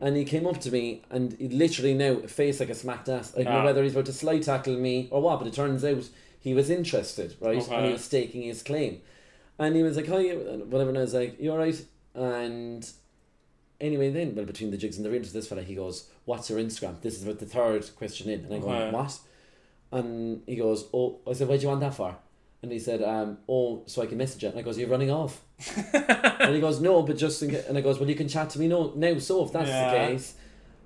Speaker 4: and he came up to me and he literally now face like a smacked ass. I don't
Speaker 1: Ah.
Speaker 4: know whether he's about to slide tackle me or what, but it turns out he was interested, right? And he was staking his claim. And he was like, hi, whatever, and I was like, you alright? And anyway, then, well, between the jigs and the reams of this fella, he goes, what's your Instagram? This is about the third question in. And I go, what? And he goes, oh, I said, why do you want that for? And he said, um, oh, so I can message it. And I goes, you're running off. And he goes, no, but just in ca-" and I goes, well, you can chat to me no now. So if that's the
Speaker 1: Yeah.
Speaker 4: case,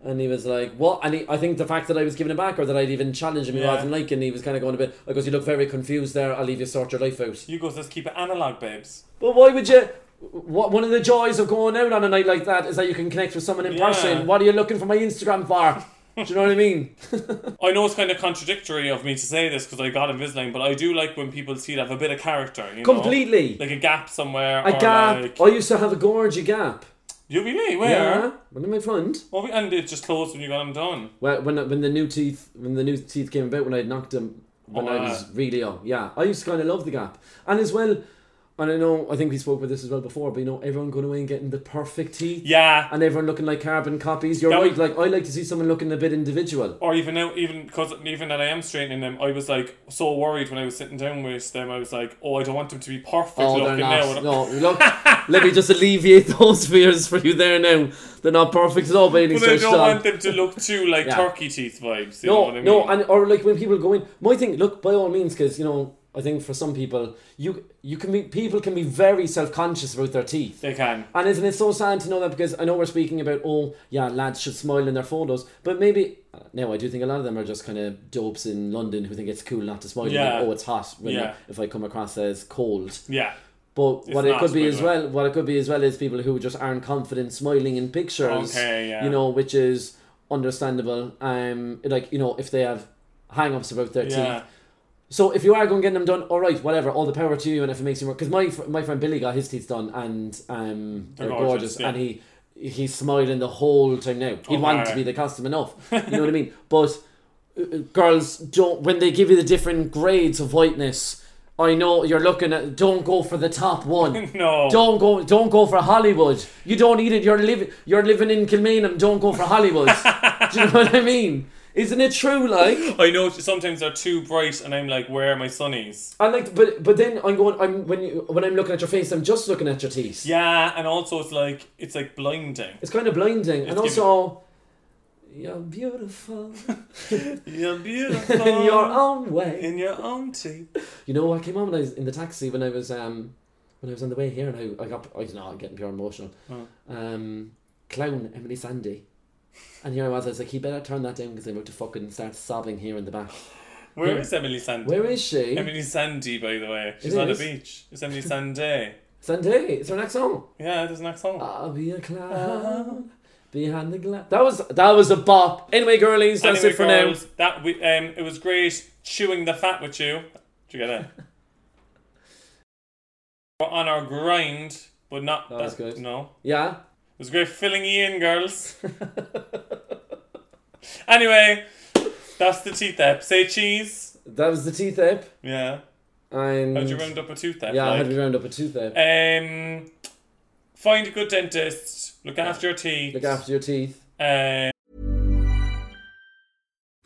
Speaker 4: and he was like, what? And he, I think the fact that I was giving it back or that I'd even challenged him, he
Speaker 1: Yeah.
Speaker 4: wasn't like, and he was kind of going a bit. I goes, you look very confused there. I'll leave you sort your life out.
Speaker 1: You go, let's keep it analog, babes.
Speaker 4: But why would you? What one of the joys of going out on a night like that is that you can connect with someone in
Speaker 1: Yeah.
Speaker 4: person. What are you looking for my Instagram for? Do you know what I mean?
Speaker 1: I know it's kind of contradictory of me to say this because I got Invisalign, but I do like when people see that have a bit of character. You know?
Speaker 4: Completely.
Speaker 1: Like a gap somewhere.
Speaker 4: A
Speaker 1: or
Speaker 4: gap.
Speaker 1: Like,
Speaker 4: I used to have a gorgy gap.
Speaker 1: you really? Where?
Speaker 4: Yeah, well, in my front.
Speaker 1: Well, we- and it just closed when you got them done.
Speaker 4: Well, when when the new teeth when the new teeth came about when I knocked them when
Speaker 1: Oh,
Speaker 4: I
Speaker 1: yeah.
Speaker 4: was really young. Yeah, I used to kind of love the gap, and as well, and I know I think we spoke about this as well before, but you know everyone going away and getting the perfect teeth.
Speaker 1: Yeah.
Speaker 4: And everyone looking like carbon copies. You're
Speaker 1: That
Speaker 4: right.
Speaker 1: was-
Speaker 4: Like I like to see someone looking a bit individual.
Speaker 1: or even now, even because even that I am straightening them, I was like so worried when I was sitting down with them. I was like, oh, I don't want them to be perfect
Speaker 4: Oh, they're
Speaker 1: looking
Speaker 4: not.
Speaker 1: now.
Speaker 4: No, look. let me just alleviate those fears for you there now. They're not perfect at all by any
Speaker 1: But I
Speaker 4: stretch.
Speaker 1: don't
Speaker 4: of-
Speaker 1: want them to look too like
Speaker 4: Yeah.
Speaker 1: turkey teeth vibes. You know
Speaker 4: No,
Speaker 1: what I mean?
Speaker 4: no, and or like when people go in, my thing. Look, by all means, because you know, I think for some people, you you can be people can be very self conscious about their teeth.
Speaker 1: they can.
Speaker 4: And isn't it so sad to know that? Because I know we're speaking about, oh, yeah, lads should smile in their photos, but maybe now I do think a lot of them are just kind of dopes in London who think it's cool not to smile. Yeah.
Speaker 1: Yeah.
Speaker 4: oh, it's hot. When
Speaker 1: Yeah.
Speaker 4: If I come across as cold,
Speaker 1: Yeah.
Speaker 4: but what it
Speaker 1: not,
Speaker 4: could be
Speaker 1: by
Speaker 4: as
Speaker 1: the way.
Speaker 4: well, what it could be as well is people who just aren't confident smiling in pictures.
Speaker 1: Okay, yeah.
Speaker 4: You know, which is understandable. Um, like you know, if they have hang-ups about their
Speaker 1: Yeah.
Speaker 4: teeth. So if you are going to get them done, all right, whatever, all the power to you, and if it makes you work. Because my fr- my friend Billy got his teeth done, and um, they're, gorgeous,
Speaker 1: gorgeous, yeah. Oh,
Speaker 4: and he he's smiling the whole time now. He'd want to
Speaker 1: alright.
Speaker 4: be the custom enough. You know what I mean? But uh, girls don't when they give you the different grades of whiteness i know you're looking at don't go for the top one
Speaker 1: No.
Speaker 4: don't go don't go for hollywood you don't need it you're living you're living in kilmainham don't go for hollywood do you know what i mean isn't it true like
Speaker 1: I know sometimes they're too bright, and I'm like, where are my sunnies?
Speaker 4: i like but but then i'm going i'm when you when i'm looking at your face i'm just looking at your teeth
Speaker 1: Yeah, and also it's like it's like blinding.
Speaker 4: it's kind of blinding and
Speaker 1: giving-
Speaker 4: also you're beautiful
Speaker 1: You're beautiful
Speaker 4: in your own way
Speaker 1: in your own teeth.
Speaker 4: You know, I came on when I was in the taxi when I was um when I was on the way here, and I, I got I was not getting pure emotional. Um, clown Emily Sandy, and here I was. I was like, he better turn that down because I'm about to fucking start sobbing here in the back.
Speaker 1: Where is Emily Sandy?
Speaker 4: Where is she?
Speaker 1: Emily Sandy, by the way, she's
Speaker 4: It
Speaker 1: on the
Speaker 4: is.
Speaker 1: beach. It's Emily Sandy.
Speaker 4: Sandy, it's her next song.
Speaker 1: Yeah, there's an accent.
Speaker 4: I'll be a clown
Speaker 1: Uh-huh.
Speaker 4: behind the glass. That was that was a bop. Anyway, girlies, that's
Speaker 1: anyway,
Speaker 4: it for
Speaker 1: girls, that we, um, it was great chewing the fat with you. Did you get that? We're on our grind, but not.
Speaker 4: That was
Speaker 1: that-
Speaker 4: good.
Speaker 1: No,
Speaker 4: now. Yeah.
Speaker 1: it was great filling you in, girls. anyway, that's the teeth app. Say cheese.
Speaker 4: That was the teeth ape.
Speaker 1: Yeah.
Speaker 4: And
Speaker 1: How'd you round up a tooth app?
Speaker 4: Mm. yeah, I had
Speaker 1: like?
Speaker 4: to round up a tooth ape.
Speaker 1: Um, find a good dentist. Look after your teeth.
Speaker 4: Look after your teeth.
Speaker 1: Uh,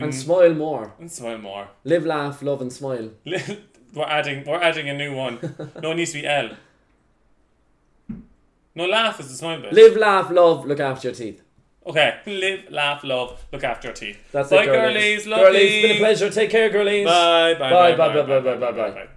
Speaker 4: And
Speaker 1: Mm-hmm.
Speaker 4: smile more.
Speaker 1: and smile more.
Speaker 4: Live, laugh, love, and smile.
Speaker 1: we're adding. We're adding a new one. No, it needs to be L. No, laugh is the smile bit.
Speaker 4: Live, laugh, love, look after your teeth.
Speaker 1: Okay, live, laugh, love, look after your teeth.
Speaker 4: That's
Speaker 1: bye,
Speaker 4: it,
Speaker 1: girlies.
Speaker 4: girlies.
Speaker 1: Lovely.
Speaker 4: Girlies, it's been a pleasure. Take care, girlies.
Speaker 1: Bye, bye,
Speaker 4: Bye,
Speaker 1: bye, bye, bye, bye, bye, bye, bye.